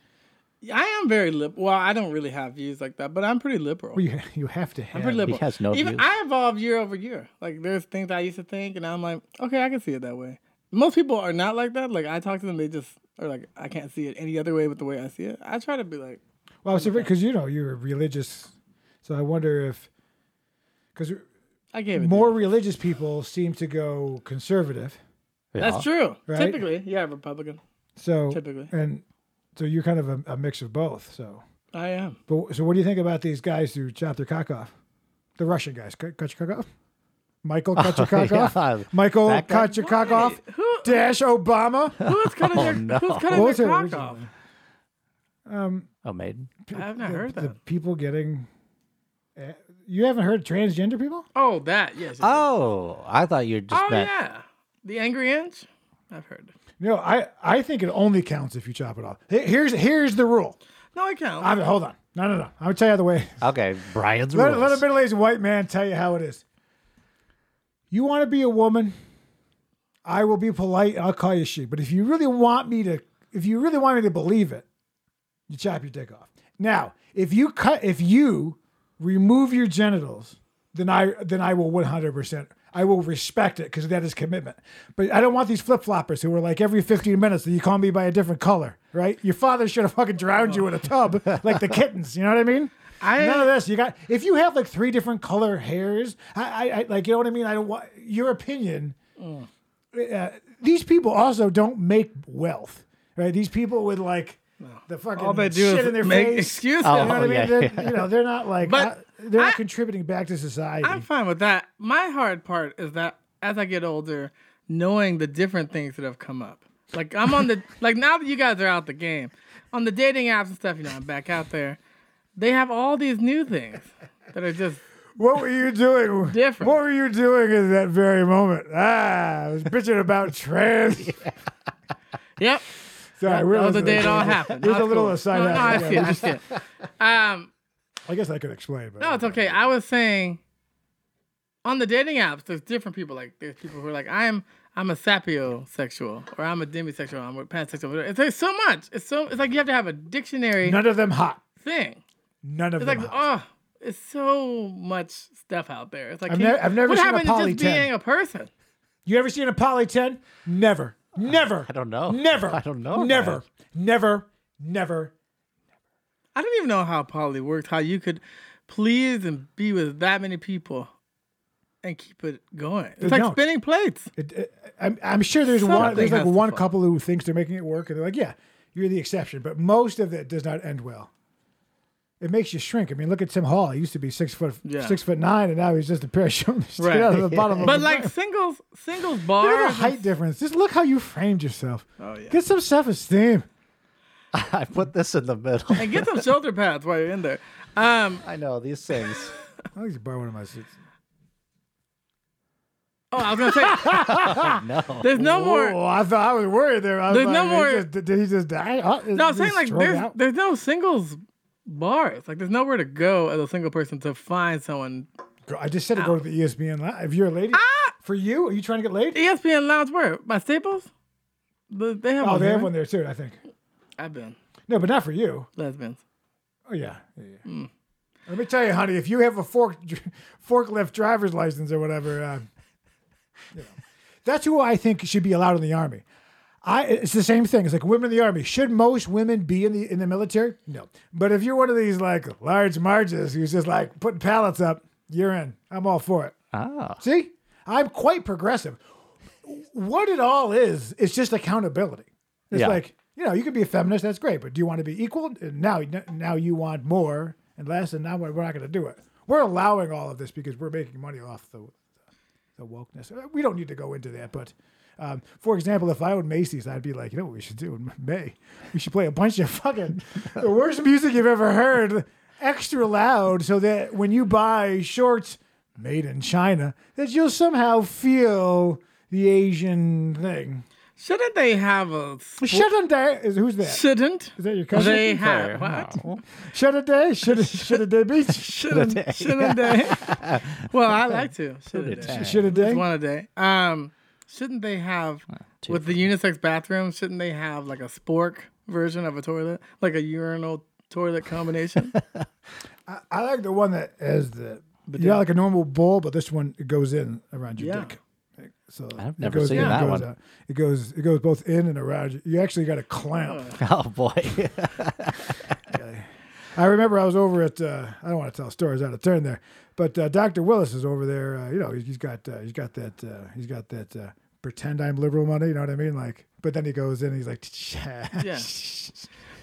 [SPEAKER 1] Yeah, I am very liberal. Well, I don't really have views like that, but I'm pretty liberal.
[SPEAKER 2] Well, you, you have to have.
[SPEAKER 1] I'm pretty liberal.
[SPEAKER 3] has no
[SPEAKER 1] Even
[SPEAKER 3] views.
[SPEAKER 1] I evolve year over year. Like there's things I used to think, and I'm like, okay, I can see it that way. Most people are not like that. Like I talk to them, they just are like, I can't see it any other way but the way I see it. I try to be like,
[SPEAKER 2] Well, so because you know you're religious, so I wonder if because
[SPEAKER 1] I gave it. to
[SPEAKER 2] more
[SPEAKER 1] you.
[SPEAKER 2] religious people seem to go conservative.
[SPEAKER 3] Yeah.
[SPEAKER 1] That's true.
[SPEAKER 2] Right?
[SPEAKER 1] Typically, yeah, Republican.
[SPEAKER 2] So
[SPEAKER 1] Typically.
[SPEAKER 2] and so you're kind of a, a mix of both. So,
[SPEAKER 1] I am.
[SPEAKER 2] but so what do you think about these guys who chop their cock off? The Russian guys, cut, cut your cock off. Michael, cut your cock off.
[SPEAKER 3] yeah.
[SPEAKER 2] Michael,
[SPEAKER 3] That guy?
[SPEAKER 2] cut your cock off.
[SPEAKER 1] Who
[SPEAKER 2] Dash Obama.
[SPEAKER 1] Who's cutting their,
[SPEAKER 3] Oh, no.
[SPEAKER 1] who's
[SPEAKER 2] What
[SPEAKER 1] cutting
[SPEAKER 2] was
[SPEAKER 1] their
[SPEAKER 2] it
[SPEAKER 1] cock
[SPEAKER 2] originally?
[SPEAKER 1] off?
[SPEAKER 2] Um,
[SPEAKER 3] Oh, maiden.
[SPEAKER 1] I have not
[SPEAKER 2] the,
[SPEAKER 1] heard
[SPEAKER 2] the
[SPEAKER 1] that.
[SPEAKER 2] people getting. eh, You haven't heard transgender people?
[SPEAKER 1] Oh, that yes. yes, yes.
[SPEAKER 3] Oh, I thought you just
[SPEAKER 1] oh
[SPEAKER 3] meant.
[SPEAKER 1] yeah, the angry inch. I've heard.
[SPEAKER 2] No, I, I think it only counts if you chop it off. Here- Here's here's the rule.
[SPEAKER 1] No, I count.
[SPEAKER 2] I mean, hold on. No, no, no. I'll tell you the way.
[SPEAKER 3] Okay, Brian's
[SPEAKER 2] Let,
[SPEAKER 3] rules.
[SPEAKER 2] let a middle aged white man tell you how it is. You want to be a woman, I will be polite. I'll call you she. But if you really want me to, if you really want me to believe it, you chop your dick off. Now, if you cut, if you remove your genitals, then I then I will one hundred percent. I will respect it because that is commitment. But I don't want these flip floppers who are like every fifteen minutes that you call me by a different color. Right? Your father should have fucking drowned you in a tub like the kittens. You know what I mean?
[SPEAKER 1] I-
[SPEAKER 2] None of this. You got if you have like three different color hairs. I, I, I like you know what I mean. I don't want your opinion uh, these people also don't make wealth, right? These people with like the fucking
[SPEAKER 1] All they do
[SPEAKER 2] shit
[SPEAKER 1] is
[SPEAKER 2] in their
[SPEAKER 1] make
[SPEAKER 2] face.
[SPEAKER 1] excuses.
[SPEAKER 2] You know what I
[SPEAKER 3] Oh,
[SPEAKER 2] mean?
[SPEAKER 3] yeah,
[SPEAKER 2] they're,
[SPEAKER 3] yeah.
[SPEAKER 2] You know, they're not like,
[SPEAKER 1] But
[SPEAKER 2] uh, they're not
[SPEAKER 1] I-
[SPEAKER 2] contributing back to society.
[SPEAKER 1] I'm fine with that. My hard part is that as I get older, knowing the different things that have come up. Like I'm on the like now that you guys are out the game, on the dating apps and stuff. You know, I'm back out there. They have all these new things that are just
[SPEAKER 2] What were you doing?
[SPEAKER 1] Different.
[SPEAKER 2] What were you doing in that very moment? Ah, I was bitching about trans.
[SPEAKER 1] Yep.
[SPEAKER 2] Sorry,
[SPEAKER 1] That
[SPEAKER 2] we're
[SPEAKER 1] was the
[SPEAKER 2] listening
[SPEAKER 1] day
[SPEAKER 2] to
[SPEAKER 1] it all
[SPEAKER 2] this.
[SPEAKER 1] happened.
[SPEAKER 2] There's
[SPEAKER 1] Not
[SPEAKER 2] a little
[SPEAKER 1] cool.
[SPEAKER 2] aside.
[SPEAKER 1] No, no, I
[SPEAKER 2] happening.
[SPEAKER 1] see. it, I see. it. Um,
[SPEAKER 2] I guess I could explain, but
[SPEAKER 1] no, it's okay. I was saying, on the dating apps, there's different people. Like there's people who are like, I'm I'm a sapiosexual, or I'm a demisexual, I'm a pansexual. whatever. It's there's so much. It's so it's like you have to have a dictionary
[SPEAKER 2] None of them hot.
[SPEAKER 1] thing.
[SPEAKER 2] None of
[SPEAKER 1] It's
[SPEAKER 2] them.
[SPEAKER 1] like
[SPEAKER 2] hot.
[SPEAKER 1] oh, it's so much stuff out there. It's like
[SPEAKER 2] I've
[SPEAKER 1] can
[SPEAKER 2] ne-
[SPEAKER 1] you-
[SPEAKER 2] I've never
[SPEAKER 1] what
[SPEAKER 2] seen a
[SPEAKER 1] happened to
[SPEAKER 2] poly
[SPEAKER 1] just
[SPEAKER 2] 10.
[SPEAKER 1] being a person.
[SPEAKER 2] You ever seen a poly ten? Never. Never.
[SPEAKER 3] I don't know.
[SPEAKER 2] Never.
[SPEAKER 3] I don't know,
[SPEAKER 2] Never.
[SPEAKER 3] man.
[SPEAKER 2] Never. Never.
[SPEAKER 1] I don't even know how poly worked. How you could please and be with that many people and keep it going. It's like
[SPEAKER 2] don't.
[SPEAKER 1] spinning plates.
[SPEAKER 2] It- it- Uh, I'm, I'm sure there's
[SPEAKER 1] Something
[SPEAKER 2] one. There's like
[SPEAKER 1] has to
[SPEAKER 2] one
[SPEAKER 1] fall.
[SPEAKER 2] couple who thinks they're making it work, and they're like, "Yeah, you're the exception." But most of it does not end well. It makes you shrink. I mean, look at Tim Hall. He used to be six foot,
[SPEAKER 1] Yeah.
[SPEAKER 2] six foot nine, and now he's just a pair of shoulders straight
[SPEAKER 1] Right.
[SPEAKER 2] out of the bottom of
[SPEAKER 1] But
[SPEAKER 2] the
[SPEAKER 1] like singles, singles
[SPEAKER 2] Look at
[SPEAKER 1] bars.
[SPEAKER 2] the height difference. Just look how you framed yourself.
[SPEAKER 1] Oh, yeah.
[SPEAKER 2] Get some self esteem.
[SPEAKER 3] I put this in the middle.
[SPEAKER 1] And get some shoulder pads while you're in there. Um,
[SPEAKER 3] I know these things.
[SPEAKER 2] I like to borrow one of my suits.
[SPEAKER 1] oh, I was gonna say, there's no more.
[SPEAKER 2] Oh, I thought I was worried there. I was
[SPEAKER 1] There's
[SPEAKER 2] like,
[SPEAKER 1] no
[SPEAKER 2] he
[SPEAKER 1] more-
[SPEAKER 2] Just, did did he just die? Oh, is-
[SPEAKER 1] No, I'm
[SPEAKER 2] he
[SPEAKER 1] saying like
[SPEAKER 2] strung
[SPEAKER 1] there's
[SPEAKER 2] out?
[SPEAKER 1] there's no singles bars. Like there's nowhere to go as a single person to find someone.
[SPEAKER 2] Girl, I just said
[SPEAKER 1] Ah.
[SPEAKER 2] to go to the E ESPN. li- If you're a lady, for you, are you trying to get laid?
[SPEAKER 1] ESPN Lounge where by Staples. The- They have.
[SPEAKER 2] Oh, they have
[SPEAKER 1] here.
[SPEAKER 2] one there too. I think.
[SPEAKER 1] I've been
[SPEAKER 2] No, but not for you.
[SPEAKER 1] lesbians.
[SPEAKER 2] Oh yeah. yeah, yeah. Let me tell you, honey. If you have a fork forklift driver's license or whatever, uh, you know, that's who I think should be allowed in the army. I it's the same thing. It's like women in the army. Should most women be in the in the military? No. But if you're one of these like large marges who's just like putting pallets up, you're in. I'm all for it.
[SPEAKER 3] Ah,
[SPEAKER 2] See, I'm quite progressive. What it all is, it's just accountability. It's
[SPEAKER 3] Yeah.
[SPEAKER 2] like you know, you can be a feminist, that's great, but do you want to be equal? And now, now you want more and less, and now we're we're not going to do it. We're allowing all of this because we're making money off the the wokeness. Uh, We don't need to go into that, but. Um, for example, if I owned Macy's, I'd be like, you know what we should do in May? We should play a bunch of fucking the worst music you've ever heard, extra loud, so that when you buy shorts made in China, that you'll somehow feel the Asian thing.
[SPEAKER 1] Shouldn't they have a? sp-
[SPEAKER 2] Shut a day is who's that? Is
[SPEAKER 1] Shouldn't
[SPEAKER 2] that your cousin?
[SPEAKER 1] they
[SPEAKER 3] there.
[SPEAKER 1] have what?
[SPEAKER 3] Oh.
[SPEAKER 2] Shut a day. Shut shut a day beach.
[SPEAKER 1] Shouldn't shouldn't they? Well, I like to. Shouldn't they?
[SPEAKER 3] Shouldn't
[SPEAKER 2] Shut a
[SPEAKER 1] Just
[SPEAKER 2] day.
[SPEAKER 1] one a day. Um, shouldn't they have
[SPEAKER 3] two.
[SPEAKER 1] with the unisex bathroom? Shouldn't they have like a spork version of a toilet, like a urinal toilet combination?
[SPEAKER 2] I like the one that has the you know like a normal bowl, but this one it goes in around your
[SPEAKER 1] Yeah.
[SPEAKER 2] dick. So
[SPEAKER 3] I've
[SPEAKER 2] it
[SPEAKER 3] never
[SPEAKER 2] goes
[SPEAKER 3] seen
[SPEAKER 2] in, it
[SPEAKER 3] that
[SPEAKER 2] goes
[SPEAKER 3] one.
[SPEAKER 2] out. It goes it goes both in and around. You, you actually got a clamp.
[SPEAKER 3] oh boy.
[SPEAKER 2] I remember I was over at uh, I don't want to tell stories out of turn there, but uh, Dr. Willis is over there. Uh, you know, he's got uh, he's got that uh, he's got that uh, pretend I'm liberal money. You know what I mean? Like, but then he goes in and he's like,
[SPEAKER 1] yeah.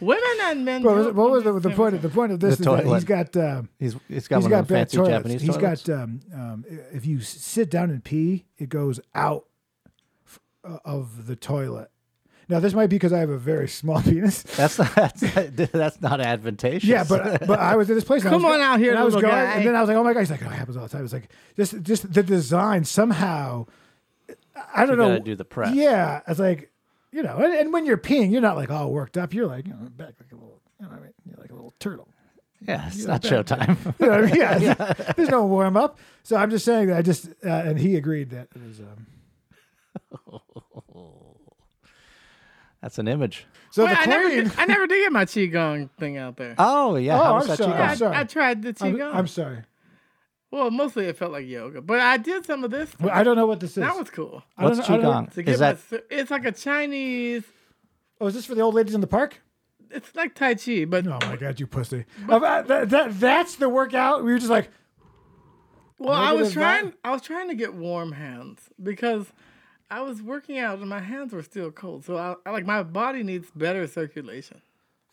[SPEAKER 1] Women and men.
[SPEAKER 2] What was,
[SPEAKER 1] don't
[SPEAKER 2] what was the, the
[SPEAKER 1] understand
[SPEAKER 2] point? Of, the point of this
[SPEAKER 3] The
[SPEAKER 2] is that
[SPEAKER 3] toilet.
[SPEAKER 2] he's got uh,
[SPEAKER 3] He's he's got
[SPEAKER 2] he's
[SPEAKER 3] one
[SPEAKER 2] got
[SPEAKER 3] of the
[SPEAKER 2] bad
[SPEAKER 3] fancy
[SPEAKER 2] toilets.
[SPEAKER 3] Japanese
[SPEAKER 2] He's
[SPEAKER 3] toilets.
[SPEAKER 2] got um, um, i- if you s- sit down and pee, it goes out f- uh, of the toilet. Now this might be because I have a very small penis.
[SPEAKER 3] That's not that's, that's not advantageous.
[SPEAKER 2] Yeah, but but I was at this place. and I
[SPEAKER 1] Come
[SPEAKER 2] was
[SPEAKER 1] on
[SPEAKER 2] go-
[SPEAKER 1] out here,
[SPEAKER 2] and I was
[SPEAKER 1] little
[SPEAKER 2] going,
[SPEAKER 1] guy.
[SPEAKER 2] and then I was like, "Oh my god!" He's like, "Oh, it happens all the time." It's like just just the design somehow. I don't
[SPEAKER 3] You gotta
[SPEAKER 2] know.
[SPEAKER 3] do the prep.
[SPEAKER 2] Yeah, it's like you know, and, and when you're peeing, you're not like all worked up. You're like you know, back like a little, you know, what I mean? you're like a little turtle.
[SPEAKER 3] yeah, it's not showtime.
[SPEAKER 2] You know what I mean? Yeah, there's no warm up. So I'm just saying that I just uh, and he agreed that it was. Um,
[SPEAKER 3] that's an image.
[SPEAKER 2] so
[SPEAKER 1] Wait,
[SPEAKER 2] the
[SPEAKER 1] I
[SPEAKER 2] queen.
[SPEAKER 1] never, did, I never did get my qigong thing out there.
[SPEAKER 3] Oh yeah,
[SPEAKER 2] Oh,
[SPEAKER 3] how
[SPEAKER 2] I'm
[SPEAKER 3] was that
[SPEAKER 2] sorry.
[SPEAKER 3] Qigong?
[SPEAKER 1] yeah,
[SPEAKER 2] sorry.
[SPEAKER 1] I, I tried the
[SPEAKER 2] I'm,
[SPEAKER 1] qigong.
[SPEAKER 2] I'm sorry.
[SPEAKER 1] well, mostly it felt like yoga, but I did some of this.
[SPEAKER 2] Well, I don't know what this is.
[SPEAKER 1] that was cool.
[SPEAKER 2] I don't
[SPEAKER 3] What's
[SPEAKER 2] know- I don't-
[SPEAKER 3] Qigong?
[SPEAKER 1] To get
[SPEAKER 3] Is that
[SPEAKER 1] my, it's like a Chinese.
[SPEAKER 2] Oh, is this for the old ladies in the park?
[SPEAKER 1] It's like Tai Chi, but
[SPEAKER 2] Oh my god, you pussy! Uh, that, that, that's the workout. We were just like,
[SPEAKER 1] Well, I
[SPEAKER 2] Negative
[SPEAKER 1] was trying.
[SPEAKER 2] vibe?
[SPEAKER 1] I was trying to get warm hands because I was working out and my hands were still cold. So I, I like my body needs better circulation.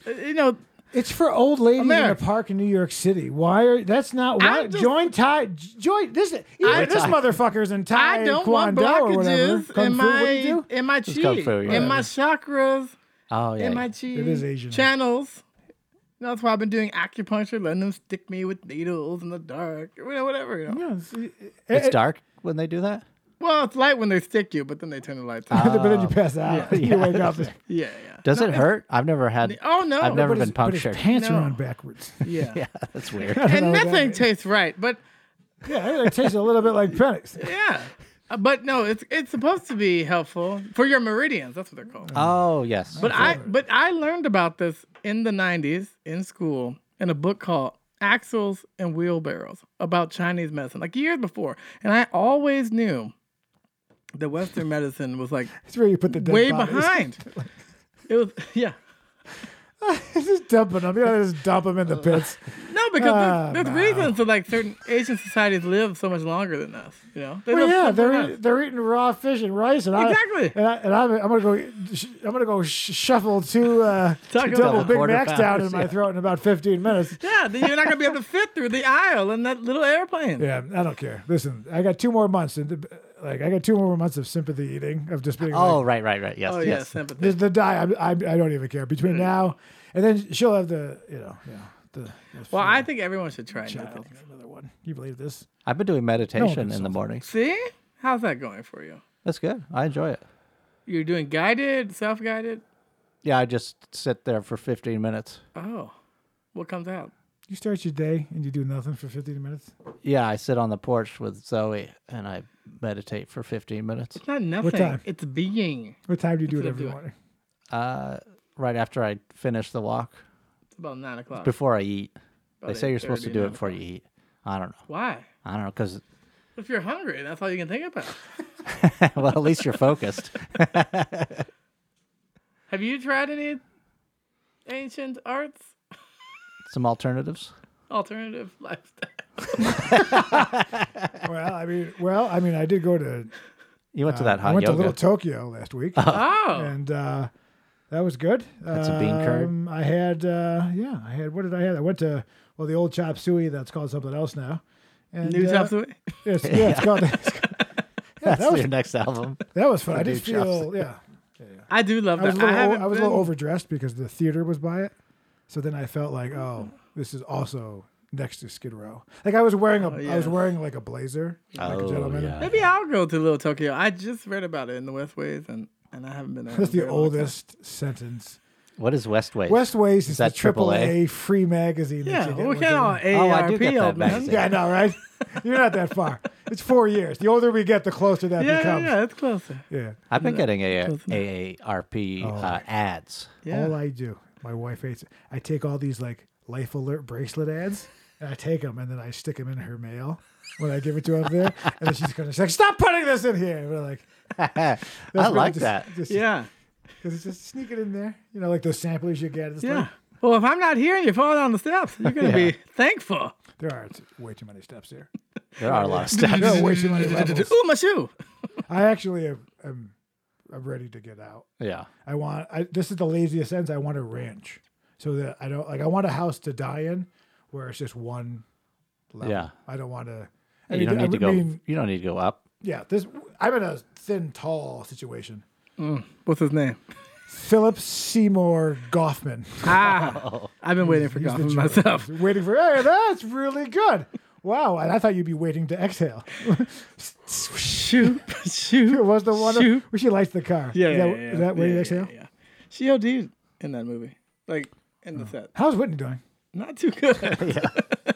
[SPEAKER 1] Uh, You know,
[SPEAKER 2] It's for old ladies in
[SPEAKER 1] America.
[SPEAKER 2] a park in New York City. Why are that's not why
[SPEAKER 1] I'm just-
[SPEAKER 2] join Thai join this even
[SPEAKER 1] I-
[SPEAKER 2] this motherfucker's in Thai
[SPEAKER 1] I don't want
[SPEAKER 2] Kwon Do or whatever.
[SPEAKER 1] blockages
[SPEAKER 2] Kung
[SPEAKER 1] in
[SPEAKER 2] Fu, what do you
[SPEAKER 1] my
[SPEAKER 2] do?
[SPEAKER 1] in my chi,
[SPEAKER 3] kung fu, yeah.
[SPEAKER 1] in my chakras,
[SPEAKER 3] oh yeah,
[SPEAKER 1] in
[SPEAKER 3] yeah.
[SPEAKER 1] my chi
[SPEAKER 2] It is Asian.
[SPEAKER 1] channels. That's why I've been doing acupuncture, letting them stick me with needles in the dark, you know, whatever. You know.
[SPEAKER 2] Yeah, it's, it-
[SPEAKER 3] It's
[SPEAKER 2] it-
[SPEAKER 3] dark when they do that.
[SPEAKER 1] Well, it's light when they stick you, but then they turn the lights
[SPEAKER 3] Uh,
[SPEAKER 1] out.
[SPEAKER 2] but then you pass out. You wake up.
[SPEAKER 1] Yeah, yeah.
[SPEAKER 3] Does it hurt? I've never had.
[SPEAKER 1] Oh no!
[SPEAKER 3] I've never
[SPEAKER 2] But
[SPEAKER 3] been
[SPEAKER 2] his, but his
[SPEAKER 3] punctured.
[SPEAKER 2] pants
[SPEAKER 1] No.
[SPEAKER 2] are on backwards.
[SPEAKER 1] Yeah,
[SPEAKER 3] Yeah, that's weird.
[SPEAKER 1] and nothing tastes right, but
[SPEAKER 2] yeah, it tastes a little bit like pennies.
[SPEAKER 1] yeah, Uh, but no, it's it's supposed to be helpful for your meridians. That's what they're called.
[SPEAKER 3] Oh yes.
[SPEAKER 1] But I but I learned about this in the '90s in school in a book called Axles and Wheelbarrows about Chinese medicine, like years before, and I always knew that Western medicine was like
[SPEAKER 2] It's where you put the dead
[SPEAKER 1] way
[SPEAKER 2] bodies.
[SPEAKER 1] behind. It was yeah.
[SPEAKER 2] just dumping them. You know, just dump them in the pits.
[SPEAKER 1] No, because
[SPEAKER 2] Ah,
[SPEAKER 1] there's, there's reasons that like certain Asian societies live so much longer than us. You know, they
[SPEAKER 2] Well,
[SPEAKER 1] live
[SPEAKER 2] yeah,
[SPEAKER 1] so
[SPEAKER 2] they're
[SPEAKER 1] much.
[SPEAKER 2] eat- they're eating raw fish and rice, and I
[SPEAKER 1] Exactly.
[SPEAKER 2] and, I, and I'm, I'm gonna go sh- I'm gonna go sh- shuffle two, uh, two
[SPEAKER 1] Taco
[SPEAKER 2] double,
[SPEAKER 1] Bell.
[SPEAKER 2] Big
[SPEAKER 3] Quarter
[SPEAKER 2] Macs down in
[SPEAKER 3] pounders,
[SPEAKER 2] my
[SPEAKER 3] yeah.
[SPEAKER 2] throat in about 15 minutes.
[SPEAKER 1] yeah, then you're not gonna be able to fit through the aisle in that little airplane.
[SPEAKER 2] Yeah, I don't care. Listen, I got two more months, and like I got two more months of sympathy eating of just being
[SPEAKER 3] Oh
[SPEAKER 2] like,
[SPEAKER 3] right, right, right. Yes,
[SPEAKER 1] Oh yeah,
[SPEAKER 3] yes.
[SPEAKER 1] sympathy.
[SPEAKER 2] the, the die. I, I I don't even care between now and then she'll have the you know yeah the, the
[SPEAKER 1] Well, I think everyone should try
[SPEAKER 2] I
[SPEAKER 1] noodles.
[SPEAKER 2] think another one. You believe this?
[SPEAKER 3] I've been doing meditation in the
[SPEAKER 2] something.
[SPEAKER 3] mornings.
[SPEAKER 1] See, how's that going for you?
[SPEAKER 3] That's good. I enjoy it.
[SPEAKER 1] You're doing guided, self-guided.
[SPEAKER 3] Yeah, I just sit there for 15 minutes.
[SPEAKER 1] Oh, what comes out?
[SPEAKER 2] You start your day and you do nothing for 15 minutes.
[SPEAKER 3] Yeah, I sit on the porch with Zoe and I meditate for 15 minutes.
[SPEAKER 1] It's not nothing.
[SPEAKER 2] time?
[SPEAKER 1] It's being.
[SPEAKER 2] What time do you do it
[SPEAKER 1] what I
[SPEAKER 2] every
[SPEAKER 1] do.
[SPEAKER 2] morning?
[SPEAKER 3] Uh, right after I finish the walk,
[SPEAKER 1] It's about nine o'clock.
[SPEAKER 3] before I eat.
[SPEAKER 1] About
[SPEAKER 3] They say you're supposed to
[SPEAKER 1] 8:30,
[SPEAKER 3] do it
[SPEAKER 1] 9
[SPEAKER 3] before you eat. I don't know.
[SPEAKER 1] Why?
[SPEAKER 3] I don't know because
[SPEAKER 1] If you're hungry, that's all you can think about.
[SPEAKER 3] well, at least you're focused.
[SPEAKER 1] Have you tried any ancient arts,
[SPEAKER 3] Some alternatives.
[SPEAKER 1] alternative lifestyle?
[SPEAKER 2] Well, I mean, well, I mean, I did go to
[SPEAKER 3] You went to that hot
[SPEAKER 2] Uh, I went
[SPEAKER 3] yoga.
[SPEAKER 2] to Little Tokyo last week,
[SPEAKER 1] Oh,
[SPEAKER 2] and uh, that was good.
[SPEAKER 3] That's a bean curd.
[SPEAKER 2] Um, I had, uh, yeah, I had. What did I have? I went to well, the old chop suey. That's called something else now. And,
[SPEAKER 1] new
[SPEAKER 2] uh,
[SPEAKER 1] chop suey.
[SPEAKER 2] It's, yeah, it's called. it's called- yeah,
[SPEAKER 3] That's
[SPEAKER 2] that was
[SPEAKER 3] your next album.
[SPEAKER 2] that was fun. I did
[SPEAKER 3] new chop
[SPEAKER 2] feel yeah.
[SPEAKER 1] I do love
[SPEAKER 2] I was,
[SPEAKER 1] that.
[SPEAKER 2] a
[SPEAKER 1] I,
[SPEAKER 2] little, o-
[SPEAKER 1] haven't
[SPEAKER 2] I was a little
[SPEAKER 1] been-
[SPEAKER 2] overdressed because the theater was by it. So then I felt like, oh, this is also next to Skid Row. Like I was wearing a, I
[SPEAKER 1] yeah.
[SPEAKER 2] was wearing like a blazer, like a
[SPEAKER 3] Oh,
[SPEAKER 2] gentleman.
[SPEAKER 3] yeah.
[SPEAKER 1] Maybe I'll go to Little Tokyo. I just read about it in the Westways, and and I haven't been there.
[SPEAKER 2] That's
[SPEAKER 1] in a
[SPEAKER 2] the
[SPEAKER 1] very long time.
[SPEAKER 2] oldest sentence.
[SPEAKER 3] What is Westway?
[SPEAKER 2] Westways is,
[SPEAKER 3] that
[SPEAKER 2] the
[SPEAKER 3] AAA?
[SPEAKER 2] AAA free magazine. that
[SPEAKER 1] Yeah,
[SPEAKER 2] you get
[SPEAKER 1] we
[SPEAKER 2] once
[SPEAKER 1] can't
[SPEAKER 2] a
[SPEAKER 1] all
[SPEAKER 2] year.
[SPEAKER 1] AARP,
[SPEAKER 3] Oh, I do get that
[SPEAKER 1] old man.
[SPEAKER 3] magazine.
[SPEAKER 2] Yeah, I know, right? You're not that far. It's four years. The older we get, the closer that
[SPEAKER 1] Yeah, yeah,
[SPEAKER 2] becomes.
[SPEAKER 1] yeah, it's closer.
[SPEAKER 2] Yeah.
[SPEAKER 3] I've been getting a,
[SPEAKER 1] Close enough.
[SPEAKER 3] AARP
[SPEAKER 2] Oh.
[SPEAKER 3] uh, ads.
[SPEAKER 1] Yeah.
[SPEAKER 2] All I do, my wife hates it. I take all these like life alert bracelet ads and I take them and then I stick them in her mail when I give it to her there. And then she's going to like, stop putting this in here. And we're like,
[SPEAKER 3] I
[SPEAKER 2] that's really
[SPEAKER 3] like
[SPEAKER 2] just-
[SPEAKER 3] that.
[SPEAKER 2] Just,
[SPEAKER 1] yeah,
[SPEAKER 2] Because it's just sneak it in there. You know, like those samplers you get. It's
[SPEAKER 1] yeah.
[SPEAKER 2] Like,
[SPEAKER 1] well, if I'm not here and you fall down the steps, you're gonna be thankful.
[SPEAKER 2] there are t- way too many steps here.
[SPEAKER 3] There are a lot of stuff.
[SPEAKER 2] There are way too many levels.
[SPEAKER 1] Ooh, my shoe.
[SPEAKER 2] I actually am, am, am ready to get out.
[SPEAKER 3] Yeah.
[SPEAKER 2] I want. I, this is the laziest sense. I want a ranch, so that I don't like. I want a house to die in, where it's just one. Level.
[SPEAKER 3] Yeah.
[SPEAKER 2] I don't want to. I
[SPEAKER 3] you don't
[SPEAKER 2] I
[SPEAKER 3] need to go.
[SPEAKER 2] mean,
[SPEAKER 3] you don't need to go up.
[SPEAKER 2] yeah, this. I'm in a thin, tall situation.
[SPEAKER 1] What's his name?
[SPEAKER 2] Philip Seymour Goffman.
[SPEAKER 1] Ah, I've been waiting for
[SPEAKER 2] He's the
[SPEAKER 1] golf
[SPEAKER 2] Joker.
[SPEAKER 1] myself.
[SPEAKER 2] Waiting for. Hey, that's really good. Wow, and I thought you'd be waiting to exhale.
[SPEAKER 1] Shoot, shoot.
[SPEAKER 2] it was the one.
[SPEAKER 1] Shoot.
[SPEAKER 2] Well, she likes the car.
[SPEAKER 1] Yeah, yeah,
[SPEAKER 2] is that,
[SPEAKER 1] yeah,
[SPEAKER 2] is that waiting
[SPEAKER 1] yeah,
[SPEAKER 2] to exhale?
[SPEAKER 1] Yeah, yeah. She OD'd in that movie, like in
[SPEAKER 2] Oh.
[SPEAKER 1] the set.
[SPEAKER 2] How's Whitney doing?
[SPEAKER 1] Not too good.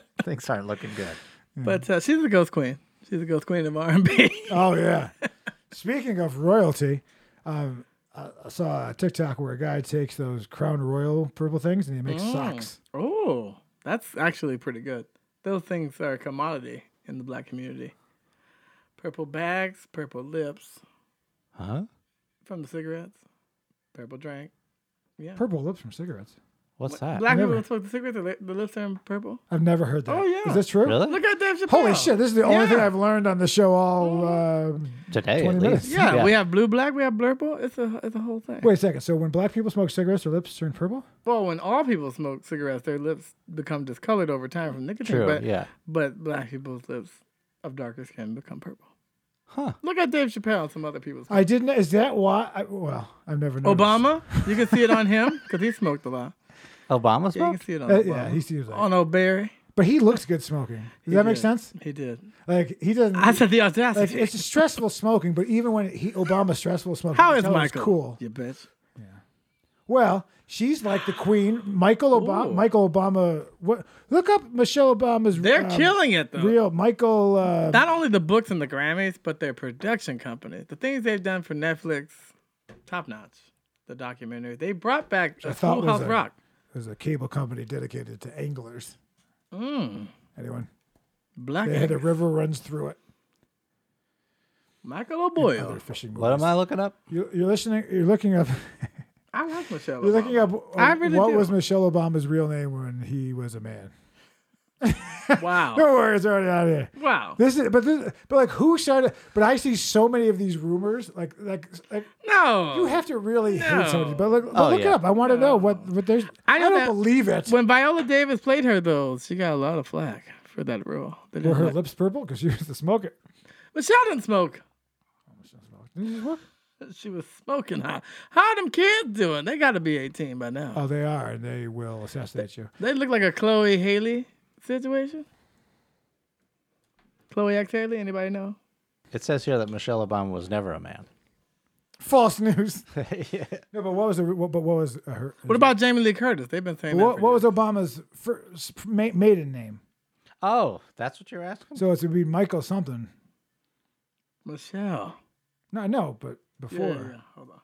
[SPEAKER 3] Things aren't looking good.
[SPEAKER 1] But uh, she's the ghost queen. She's the ghost queen of R and B.
[SPEAKER 2] Oh yeah. Speaking of royalty, um, I I saw a TikTok where a guy takes those Crown Royal purple things and he makes
[SPEAKER 1] Mm.
[SPEAKER 2] socks.
[SPEAKER 1] Oh, that's actually pretty good. Those things are a commodity in the black community. Purple bags, purple lips
[SPEAKER 3] Huh?
[SPEAKER 1] from the cigarettes, purple drink. Yeah.
[SPEAKER 2] Purple lips from cigarettes.
[SPEAKER 3] What's that?
[SPEAKER 1] Black
[SPEAKER 2] Never.
[SPEAKER 1] people don't smoke the cigarettes, the li- the lips turn purple.
[SPEAKER 2] I've never heard that.
[SPEAKER 1] Oh, yeah.
[SPEAKER 2] Is this true?
[SPEAKER 3] Really?
[SPEAKER 1] Look at Dave Chappelle.
[SPEAKER 2] Holy shit! This is the only
[SPEAKER 1] Oh, Yeah. Oh.
[SPEAKER 2] thing I've learned on the show all. um
[SPEAKER 3] Today,
[SPEAKER 2] 20
[SPEAKER 3] at
[SPEAKER 2] minutes.
[SPEAKER 3] least.
[SPEAKER 1] Yeah, we have blue black, we have blurple. It's a it's a whole thing.
[SPEAKER 2] wait a second. So when black people smoke cigarettes, their lips turn purple.
[SPEAKER 1] Well, when all people smoke cigarettes, their lips become discolored over time from nicotine.
[SPEAKER 3] True,
[SPEAKER 1] but,
[SPEAKER 3] yeah.
[SPEAKER 1] But black people's lips of darker skin become purple.
[SPEAKER 3] Huh.
[SPEAKER 1] Look at Dave Chappelle and some other people's.
[SPEAKER 2] I didn't. Is that why? I, well, I've never. Noticed.
[SPEAKER 1] Obama, you can see it on him because he smoked a lot.
[SPEAKER 3] Obama
[SPEAKER 1] Yeah, you
[SPEAKER 3] smoked?
[SPEAKER 1] can see it on.
[SPEAKER 2] Uh,
[SPEAKER 1] Obama.
[SPEAKER 2] yeah, he seems like-
[SPEAKER 1] on O'Berry.
[SPEAKER 2] But he looks good smoking. Does that make sense?
[SPEAKER 1] He did.
[SPEAKER 2] Like he doesn't.
[SPEAKER 1] I said the
[SPEAKER 2] like
[SPEAKER 1] audacity.
[SPEAKER 2] it's just stressful smoking. But even when he Obama's stressful smoking,
[SPEAKER 1] How
[SPEAKER 2] you
[SPEAKER 1] is
[SPEAKER 2] tell it's
[SPEAKER 1] Michael?
[SPEAKER 2] Cool.
[SPEAKER 1] You bitch.
[SPEAKER 2] Well, she's like the queen. Michael Obama.
[SPEAKER 1] Ooh.
[SPEAKER 2] Michael Obama. What, look up Michelle Obama's.
[SPEAKER 1] They're
[SPEAKER 2] um,
[SPEAKER 1] killing it though.
[SPEAKER 2] Real Michael. Uh,
[SPEAKER 1] Not only the books and the Grammys, but their production company. The things they've done for Netflix, top notch. The documentary. They brought back
[SPEAKER 2] I
[SPEAKER 1] a
[SPEAKER 2] thought was
[SPEAKER 1] Schoolhouse
[SPEAKER 2] a-
[SPEAKER 1] Rock.
[SPEAKER 2] there's a cable company dedicated to anglers.
[SPEAKER 1] Hmm.
[SPEAKER 2] Anyone?
[SPEAKER 1] Black
[SPEAKER 2] They had a
[SPEAKER 1] Angus.
[SPEAKER 2] river runs through it.
[SPEAKER 1] Michael
[SPEAKER 2] Other
[SPEAKER 1] O'Boyle.
[SPEAKER 2] fishing
[SPEAKER 3] What am
[SPEAKER 2] movies.
[SPEAKER 3] I looking up?
[SPEAKER 2] You, you're listening. You're looking up.
[SPEAKER 1] I like Michelle.
[SPEAKER 2] You're
[SPEAKER 1] Obama.
[SPEAKER 2] looking up. uh,
[SPEAKER 1] I really
[SPEAKER 2] what
[SPEAKER 1] do.
[SPEAKER 2] was Michelle Obama's real name when he was a man?
[SPEAKER 1] Wow.
[SPEAKER 2] Don't worry, it's already out of here.
[SPEAKER 1] wow.
[SPEAKER 2] This is, but this, but like who started? But I see so many of these rumors. Like like like
[SPEAKER 1] No.
[SPEAKER 2] you have to really
[SPEAKER 1] Oh, No.
[SPEAKER 2] hate somebody. But look, but
[SPEAKER 3] Oh,
[SPEAKER 2] look it
[SPEAKER 3] yeah.
[SPEAKER 2] up. I want to know what what there's. I,
[SPEAKER 1] I know
[SPEAKER 2] don't
[SPEAKER 1] that-
[SPEAKER 2] believe it.
[SPEAKER 1] when Viola Davis played her though, she got a lot of flack for that role. They
[SPEAKER 2] Were
[SPEAKER 1] didn't
[SPEAKER 2] her
[SPEAKER 1] like-
[SPEAKER 2] lips purple? Because she was the smoker.
[SPEAKER 1] Michelle didn't smoke.
[SPEAKER 2] Didn't she smoke?
[SPEAKER 1] She was smoking hot. How them kids doing? They got to be 18 by now.
[SPEAKER 2] Oh, they are, and they will assassinate you.
[SPEAKER 1] They look like a Chloe Haley situation. Chloe X Haley, anybody know?
[SPEAKER 3] It says here that Michelle Obama was never a man.
[SPEAKER 2] False news.
[SPEAKER 3] yeah.
[SPEAKER 2] No, but what was the? What, but what was uh, her?
[SPEAKER 1] What about Jamie Lee Curtis? They've been saying that.
[SPEAKER 2] What,
[SPEAKER 1] for
[SPEAKER 2] what
[SPEAKER 1] years.
[SPEAKER 2] was Obama's first ma- maiden name?
[SPEAKER 3] Oh, that's what you're asking?
[SPEAKER 2] So it would be Michael something.
[SPEAKER 1] Michelle?
[SPEAKER 2] No, I know, but
[SPEAKER 1] Yeah,
[SPEAKER 2] before.
[SPEAKER 1] yeah, yeah. Hold on.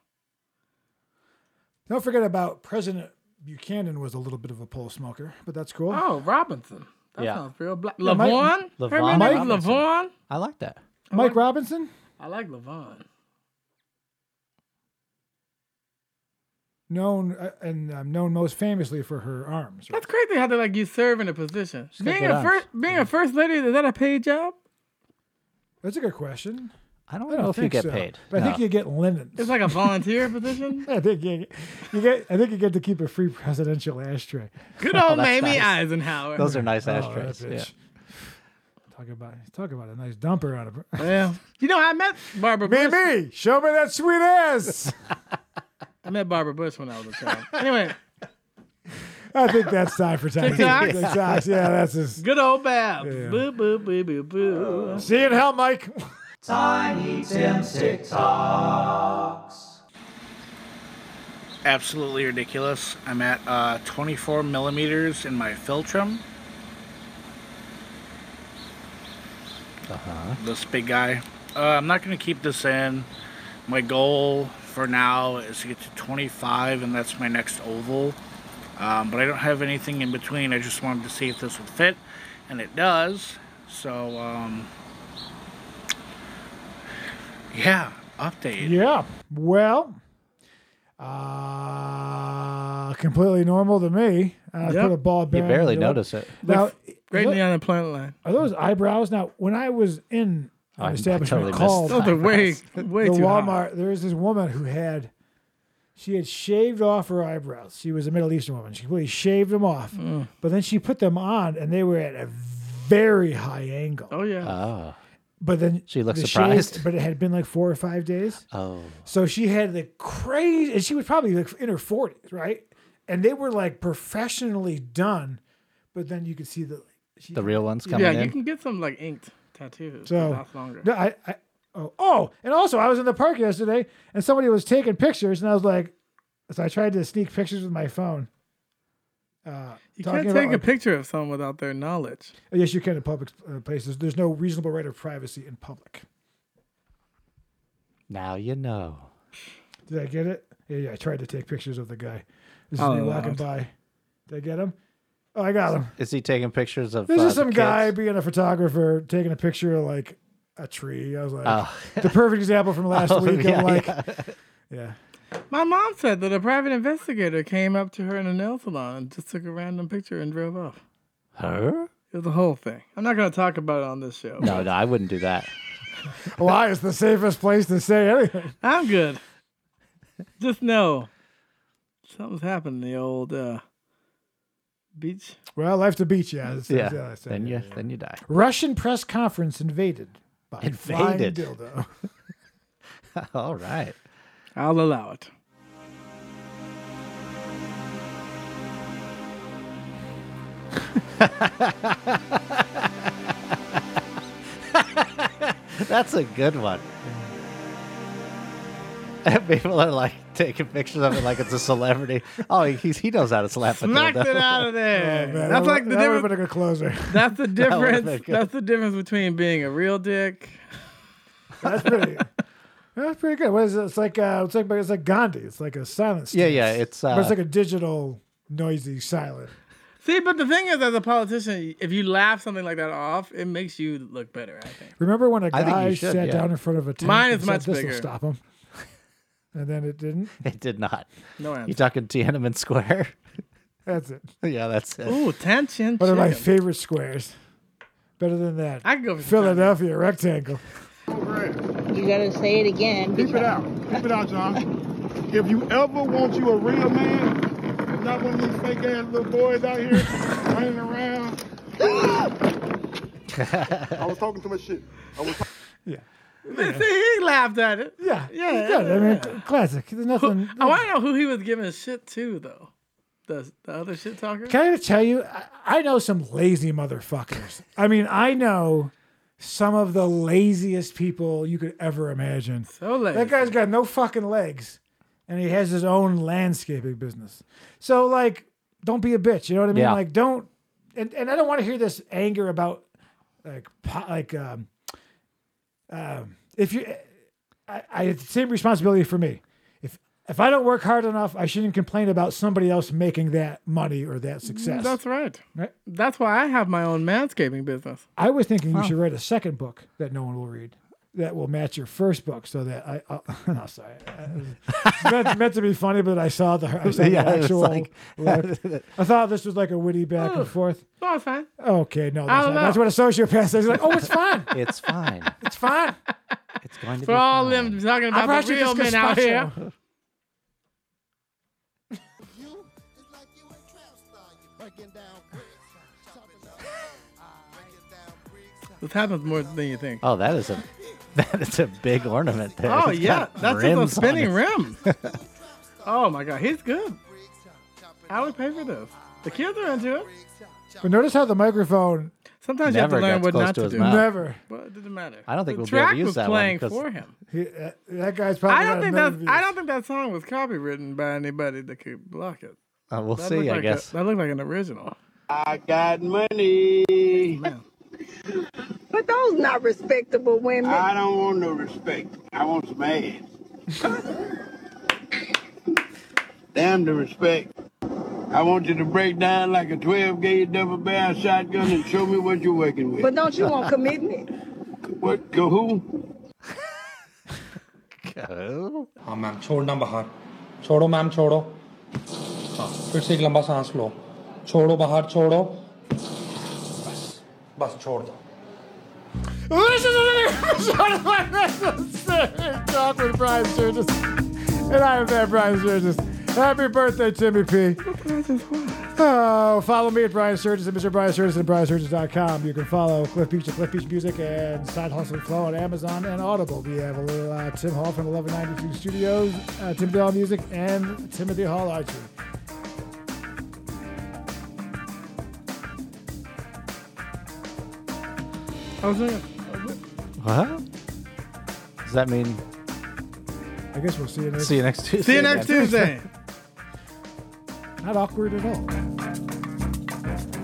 [SPEAKER 2] Don't forget about President Buchanan was a little bit of a pole smoker, but that's cool.
[SPEAKER 1] Oh, Robinson. That
[SPEAKER 3] Yeah.
[SPEAKER 1] sounds real black.
[SPEAKER 2] Mike-
[SPEAKER 1] Lavon.
[SPEAKER 3] Lavon
[SPEAKER 1] Her middle name is
[SPEAKER 3] Robinson.
[SPEAKER 1] Lavon.
[SPEAKER 3] I like that.
[SPEAKER 2] Mike Robinson?
[SPEAKER 1] I like Lavon.
[SPEAKER 2] Known uh, and um, known most famously for her arms. right?
[SPEAKER 1] That's crazy how they like you serve in a position.
[SPEAKER 3] got
[SPEAKER 1] Being
[SPEAKER 3] good
[SPEAKER 1] a
[SPEAKER 3] eyes.
[SPEAKER 1] first, being a first lady, is that a paid job?
[SPEAKER 2] That's a good question.
[SPEAKER 3] I don't
[SPEAKER 2] I don't
[SPEAKER 3] know if you
[SPEAKER 2] think
[SPEAKER 3] get
[SPEAKER 2] so,
[SPEAKER 3] paid.
[SPEAKER 2] But I
[SPEAKER 3] No.
[SPEAKER 2] think you get linens.
[SPEAKER 1] It's like a volunteer position.
[SPEAKER 2] I think you, you get. I think you get to keep a free presidential ashtray.
[SPEAKER 1] Good old
[SPEAKER 3] that's
[SPEAKER 1] Mamie
[SPEAKER 3] nice.
[SPEAKER 1] Eisenhower.
[SPEAKER 3] Those are nice
[SPEAKER 2] Oh, that
[SPEAKER 3] ashtrays. yeah.
[SPEAKER 2] bitch. Talk about talk about a nice dumper on a
[SPEAKER 1] yeah. You know, I met Barbara. Bush.
[SPEAKER 2] Mimi, show me that sweet ass.
[SPEAKER 1] I met Barbara Bush when I was a child. anyway,
[SPEAKER 2] I think that's time for time.
[SPEAKER 1] TikToks?
[SPEAKER 2] TikToks, Yeah, that's his.
[SPEAKER 1] good old Babs.
[SPEAKER 2] Yeah. Uh,
[SPEAKER 1] Boo, boo, boo, boo, boo.
[SPEAKER 2] See you in hell, Mike.
[SPEAKER 4] absolutely ridiculous. I'm at uh, 24 millimeters in my Filtrum. Uh-huh. This big guy. Uh, I'm not going to keep this in. My goal for now is to get to 25, and that's my next oval. Um, but I don't have anything in between. I just wanted to see if this would fit, and it does. So, um, yeah, update.
[SPEAKER 2] Yeah. Well, uh, completely normal to me. I
[SPEAKER 1] Yep.
[SPEAKER 2] put a ball
[SPEAKER 3] You
[SPEAKER 2] bearing
[SPEAKER 3] barely
[SPEAKER 2] in the-
[SPEAKER 3] notice it.
[SPEAKER 2] Now,
[SPEAKER 1] Great
[SPEAKER 2] look-
[SPEAKER 1] neon and planet line.
[SPEAKER 2] are those eyebrows? Now, when I was in
[SPEAKER 3] I- I
[SPEAKER 2] an establishment
[SPEAKER 3] totally missed
[SPEAKER 2] called
[SPEAKER 1] Those are way, way
[SPEAKER 2] the
[SPEAKER 1] too
[SPEAKER 2] Walmart,
[SPEAKER 1] hot.
[SPEAKER 2] there was this woman who had, she had shaved off her eyebrows. She was a Middle Eastern woman. She completely shaved them off,
[SPEAKER 1] Mm.
[SPEAKER 2] but then she put them on, and they were at a very high angle.
[SPEAKER 1] Oh yeah.
[SPEAKER 3] Oh.
[SPEAKER 2] But then
[SPEAKER 3] She looked
[SPEAKER 2] the shave-
[SPEAKER 3] surprised.
[SPEAKER 2] but it had been like four or five days.
[SPEAKER 3] Oh.
[SPEAKER 2] So she had the crazy, and she was probably like in her forties, right? And they were like professionally done, but then you could see the she,
[SPEAKER 3] The real one's coming
[SPEAKER 1] yeah,
[SPEAKER 3] in.
[SPEAKER 1] you can get some like inked tattoos.
[SPEAKER 2] So-
[SPEAKER 1] So last longer.
[SPEAKER 2] No, I, I oh, oh, and also I was in the park yesterday, and somebody was taking pictures, and I was like, so I tried to sneak pictures with my phone. Uh,
[SPEAKER 1] you
[SPEAKER 2] talking
[SPEAKER 1] can't
[SPEAKER 2] about,
[SPEAKER 1] take a
[SPEAKER 2] like-
[SPEAKER 1] picture of someone without their knowledge.
[SPEAKER 2] Yes, you can in public uh, places. There's no reasonable right of privacy in public.
[SPEAKER 3] Now you know.
[SPEAKER 2] Did I get it? Yeah, yeah. I tried to take pictures of the guy. This is
[SPEAKER 1] Oh,
[SPEAKER 2] me walking
[SPEAKER 1] Lord.
[SPEAKER 2] by. Did I get him? Oh, I got him.
[SPEAKER 3] Is he taking pictures of
[SPEAKER 2] This
[SPEAKER 3] uh,
[SPEAKER 2] is
[SPEAKER 3] the
[SPEAKER 2] some guy
[SPEAKER 3] kids?
[SPEAKER 2] being a photographer taking a picture of like a tree. I was like,
[SPEAKER 3] Oh.
[SPEAKER 2] the perfect example from last
[SPEAKER 3] Oh,
[SPEAKER 2] week.
[SPEAKER 3] yeah,
[SPEAKER 2] I'm like,
[SPEAKER 3] yeah.
[SPEAKER 2] yeah.
[SPEAKER 1] My mom said that a private investigator came up to her in a nail salon and just took a random picture and drove off.
[SPEAKER 3] Her?
[SPEAKER 1] It was a whole thing. I'm not going to talk about it on this show.
[SPEAKER 3] No, no, I wouldn't do that.
[SPEAKER 2] Why is the safest place to say anything?
[SPEAKER 1] I'm good. Just know something's happened in the old uh, beach.
[SPEAKER 2] Well, life's a beach, yeah. That's-
[SPEAKER 3] Yeah.
[SPEAKER 2] that's-
[SPEAKER 1] uh,
[SPEAKER 2] that's-
[SPEAKER 3] Then you
[SPEAKER 2] yeah.
[SPEAKER 3] then you die.
[SPEAKER 2] Russian press conference invaded by invaded.
[SPEAKER 3] Invaded.
[SPEAKER 2] dildo.
[SPEAKER 3] All right.
[SPEAKER 1] I'll allow it.
[SPEAKER 3] That's a good one. And people are like taking pictures of it like it's a celebrity. Oh, he's, he knows how to slap a
[SPEAKER 1] Knocked it
[SPEAKER 3] dildo.
[SPEAKER 1] out of there.
[SPEAKER 2] Man,
[SPEAKER 1] that's like the
[SPEAKER 2] that would have
[SPEAKER 1] difference.
[SPEAKER 2] been a good closer.
[SPEAKER 1] That's the
[SPEAKER 3] would've
[SPEAKER 1] difference.
[SPEAKER 3] been good.
[SPEAKER 1] that's the difference between being a real dick.
[SPEAKER 2] That's pretty. That's pretty good. What is it? It's like uh, it's like it's like Gandhi. It's like a silent.
[SPEAKER 3] Yeah,
[SPEAKER 2] stance.
[SPEAKER 3] yeah, it's,
[SPEAKER 2] but it's
[SPEAKER 3] uh,
[SPEAKER 2] like a digital noisy silent.
[SPEAKER 1] See, but the thing is, as a politician, if you laugh something like that off, it makes you look better. I think.
[SPEAKER 2] Remember when a
[SPEAKER 3] I think you
[SPEAKER 2] guy
[SPEAKER 3] should,
[SPEAKER 2] sat
[SPEAKER 3] yeah.
[SPEAKER 2] down in front of a tank
[SPEAKER 1] Mine
[SPEAKER 2] and
[SPEAKER 1] is
[SPEAKER 2] said,
[SPEAKER 1] much
[SPEAKER 2] "This will
[SPEAKER 1] bigger."
[SPEAKER 2] stop him," and then it didn't.
[SPEAKER 3] It did not.
[SPEAKER 1] No
[SPEAKER 3] You
[SPEAKER 1] answer.
[SPEAKER 3] talking Tiananmen Square?
[SPEAKER 2] That's it.
[SPEAKER 3] yeah, that's it.
[SPEAKER 1] Ooh, tension.
[SPEAKER 2] One of my
[SPEAKER 1] chicken.
[SPEAKER 2] favorite squares. Better than that.
[SPEAKER 1] I could go for some
[SPEAKER 2] Philadelphia rectangle.
[SPEAKER 5] You gotta say it again.
[SPEAKER 6] Keep it out. Keep it out, John. If you ever want you a real man, and not one of these fake ass little boys out here running around. I was talking too much shit. I was
[SPEAKER 2] Yeah.
[SPEAKER 1] See, he laughed at it.
[SPEAKER 2] Yeah.
[SPEAKER 1] Yeah,
[SPEAKER 2] It's good. I
[SPEAKER 1] yeah,
[SPEAKER 2] mean, c- classic. There's nothing.
[SPEAKER 1] Oh, I want to know who he was giving shit to, though. The, the other shit talker.
[SPEAKER 2] Can I tell you? I, I know some lazy motherfuckers. I mean, I know some of the laziest people you could ever imagine.
[SPEAKER 1] So late.
[SPEAKER 2] That guy's got no fucking legs, and he has his own landscaping business. So like, don't be a bitch. You know what I mean?
[SPEAKER 3] Yeah.
[SPEAKER 2] Like, don't. And, and I don't want to hear this anger about like po- like um, um if you I, I have the same responsibility for me. If if I don't work hard enough, I shouldn't complain about somebody else making that money or that success.
[SPEAKER 1] That's right.
[SPEAKER 2] Right.
[SPEAKER 1] That's why I have my own manscaping business.
[SPEAKER 2] I was thinking you should write a second book that no one will read that will match your first book so that I. I'll, no, sorry. It's meant, meant to be funny, but I saw the, I saw
[SPEAKER 3] Yeah,
[SPEAKER 2] the
[SPEAKER 3] it's
[SPEAKER 2] actual.
[SPEAKER 3] like-
[SPEAKER 2] look. I thought this was like a witty back and forth.
[SPEAKER 1] No, it's fine.
[SPEAKER 2] Okay, no, that's,
[SPEAKER 1] don't
[SPEAKER 2] not, that's
[SPEAKER 1] know.
[SPEAKER 2] what a sociopath says. Like, oh, it's fine.
[SPEAKER 3] It's fine.
[SPEAKER 2] It's fine.
[SPEAKER 3] It's going to
[SPEAKER 1] For
[SPEAKER 3] be
[SPEAKER 1] all
[SPEAKER 3] fine.
[SPEAKER 1] them talking
[SPEAKER 2] I
[SPEAKER 1] about
[SPEAKER 2] brought
[SPEAKER 1] the
[SPEAKER 2] you this
[SPEAKER 1] real men out here.
[SPEAKER 2] gazpacho.
[SPEAKER 1] This happens more than you think.
[SPEAKER 3] Oh, that is a that is a big ornament there.
[SPEAKER 1] Oh
[SPEAKER 3] It's
[SPEAKER 1] yeah,
[SPEAKER 3] got
[SPEAKER 1] that's
[SPEAKER 3] rims
[SPEAKER 1] just a spinning
[SPEAKER 3] on it.
[SPEAKER 1] rim. oh my god, he's good. I would pay for this. The kids are into it.
[SPEAKER 2] But notice how the microphone
[SPEAKER 1] Sometimes
[SPEAKER 3] Never
[SPEAKER 1] you have to learn
[SPEAKER 3] gets
[SPEAKER 1] what
[SPEAKER 3] close
[SPEAKER 1] not
[SPEAKER 3] to
[SPEAKER 1] to,
[SPEAKER 3] his
[SPEAKER 1] do.
[SPEAKER 3] mouth.
[SPEAKER 2] never.
[SPEAKER 1] But it doesn't matter.
[SPEAKER 3] I don't think
[SPEAKER 1] the
[SPEAKER 3] we'll be able to
[SPEAKER 1] track
[SPEAKER 3] use
[SPEAKER 1] was
[SPEAKER 3] that one
[SPEAKER 1] playing
[SPEAKER 3] 'cause-
[SPEAKER 1] for him.
[SPEAKER 2] He, uh, that guy's probably.
[SPEAKER 1] I don't
[SPEAKER 2] got a
[SPEAKER 1] think
[SPEAKER 2] million
[SPEAKER 1] that I
[SPEAKER 2] views.
[SPEAKER 1] don't think that song was copywritten by anybody that could block it.
[SPEAKER 3] Uh, we'll
[SPEAKER 1] That
[SPEAKER 3] see.
[SPEAKER 1] looked
[SPEAKER 3] I
[SPEAKER 1] like
[SPEAKER 3] guess.
[SPEAKER 1] a, that looked like an original.
[SPEAKER 6] got money.
[SPEAKER 1] Man,
[SPEAKER 5] But those not respectable women.
[SPEAKER 6] I don't want no respect. I want some ass. Damn the respect. I want you to break down like a 12 gauge double barrel shotgun and show me what you're working with.
[SPEAKER 5] but don't you want commitment?
[SPEAKER 6] What? Go who?
[SPEAKER 3] Go.
[SPEAKER 7] हाँ ma'am छोड़ना बाहर छोड़ो ma'am छोड़ो हाँ फिर से एक लंबा सांस लो छोड़ो बाहर छोड़ो बस बस छोड़ दो
[SPEAKER 2] This is another episode of My Message Talk with Brian Sturgis. And I am that Brian Sturgis. Happy birthday, Timmy P. Oh, follow me at Brian Sturgis and Mr. Brian Sturgis at BrianSturgis.com. You can follow Cliff Beach at Cliff Beach Music and Side Hustle Flow on Amazon and Audible. We have a little uh, Tim Hall from 1192 Studios, uh, Tim Bell Music, and Timothy Hall Archer.
[SPEAKER 1] I was doing-
[SPEAKER 3] What? Does that mean
[SPEAKER 2] I guess we'll see you next
[SPEAKER 3] see you next Tuesday?
[SPEAKER 1] See you next
[SPEAKER 3] then?
[SPEAKER 1] Tuesday.
[SPEAKER 2] Not awkward at all.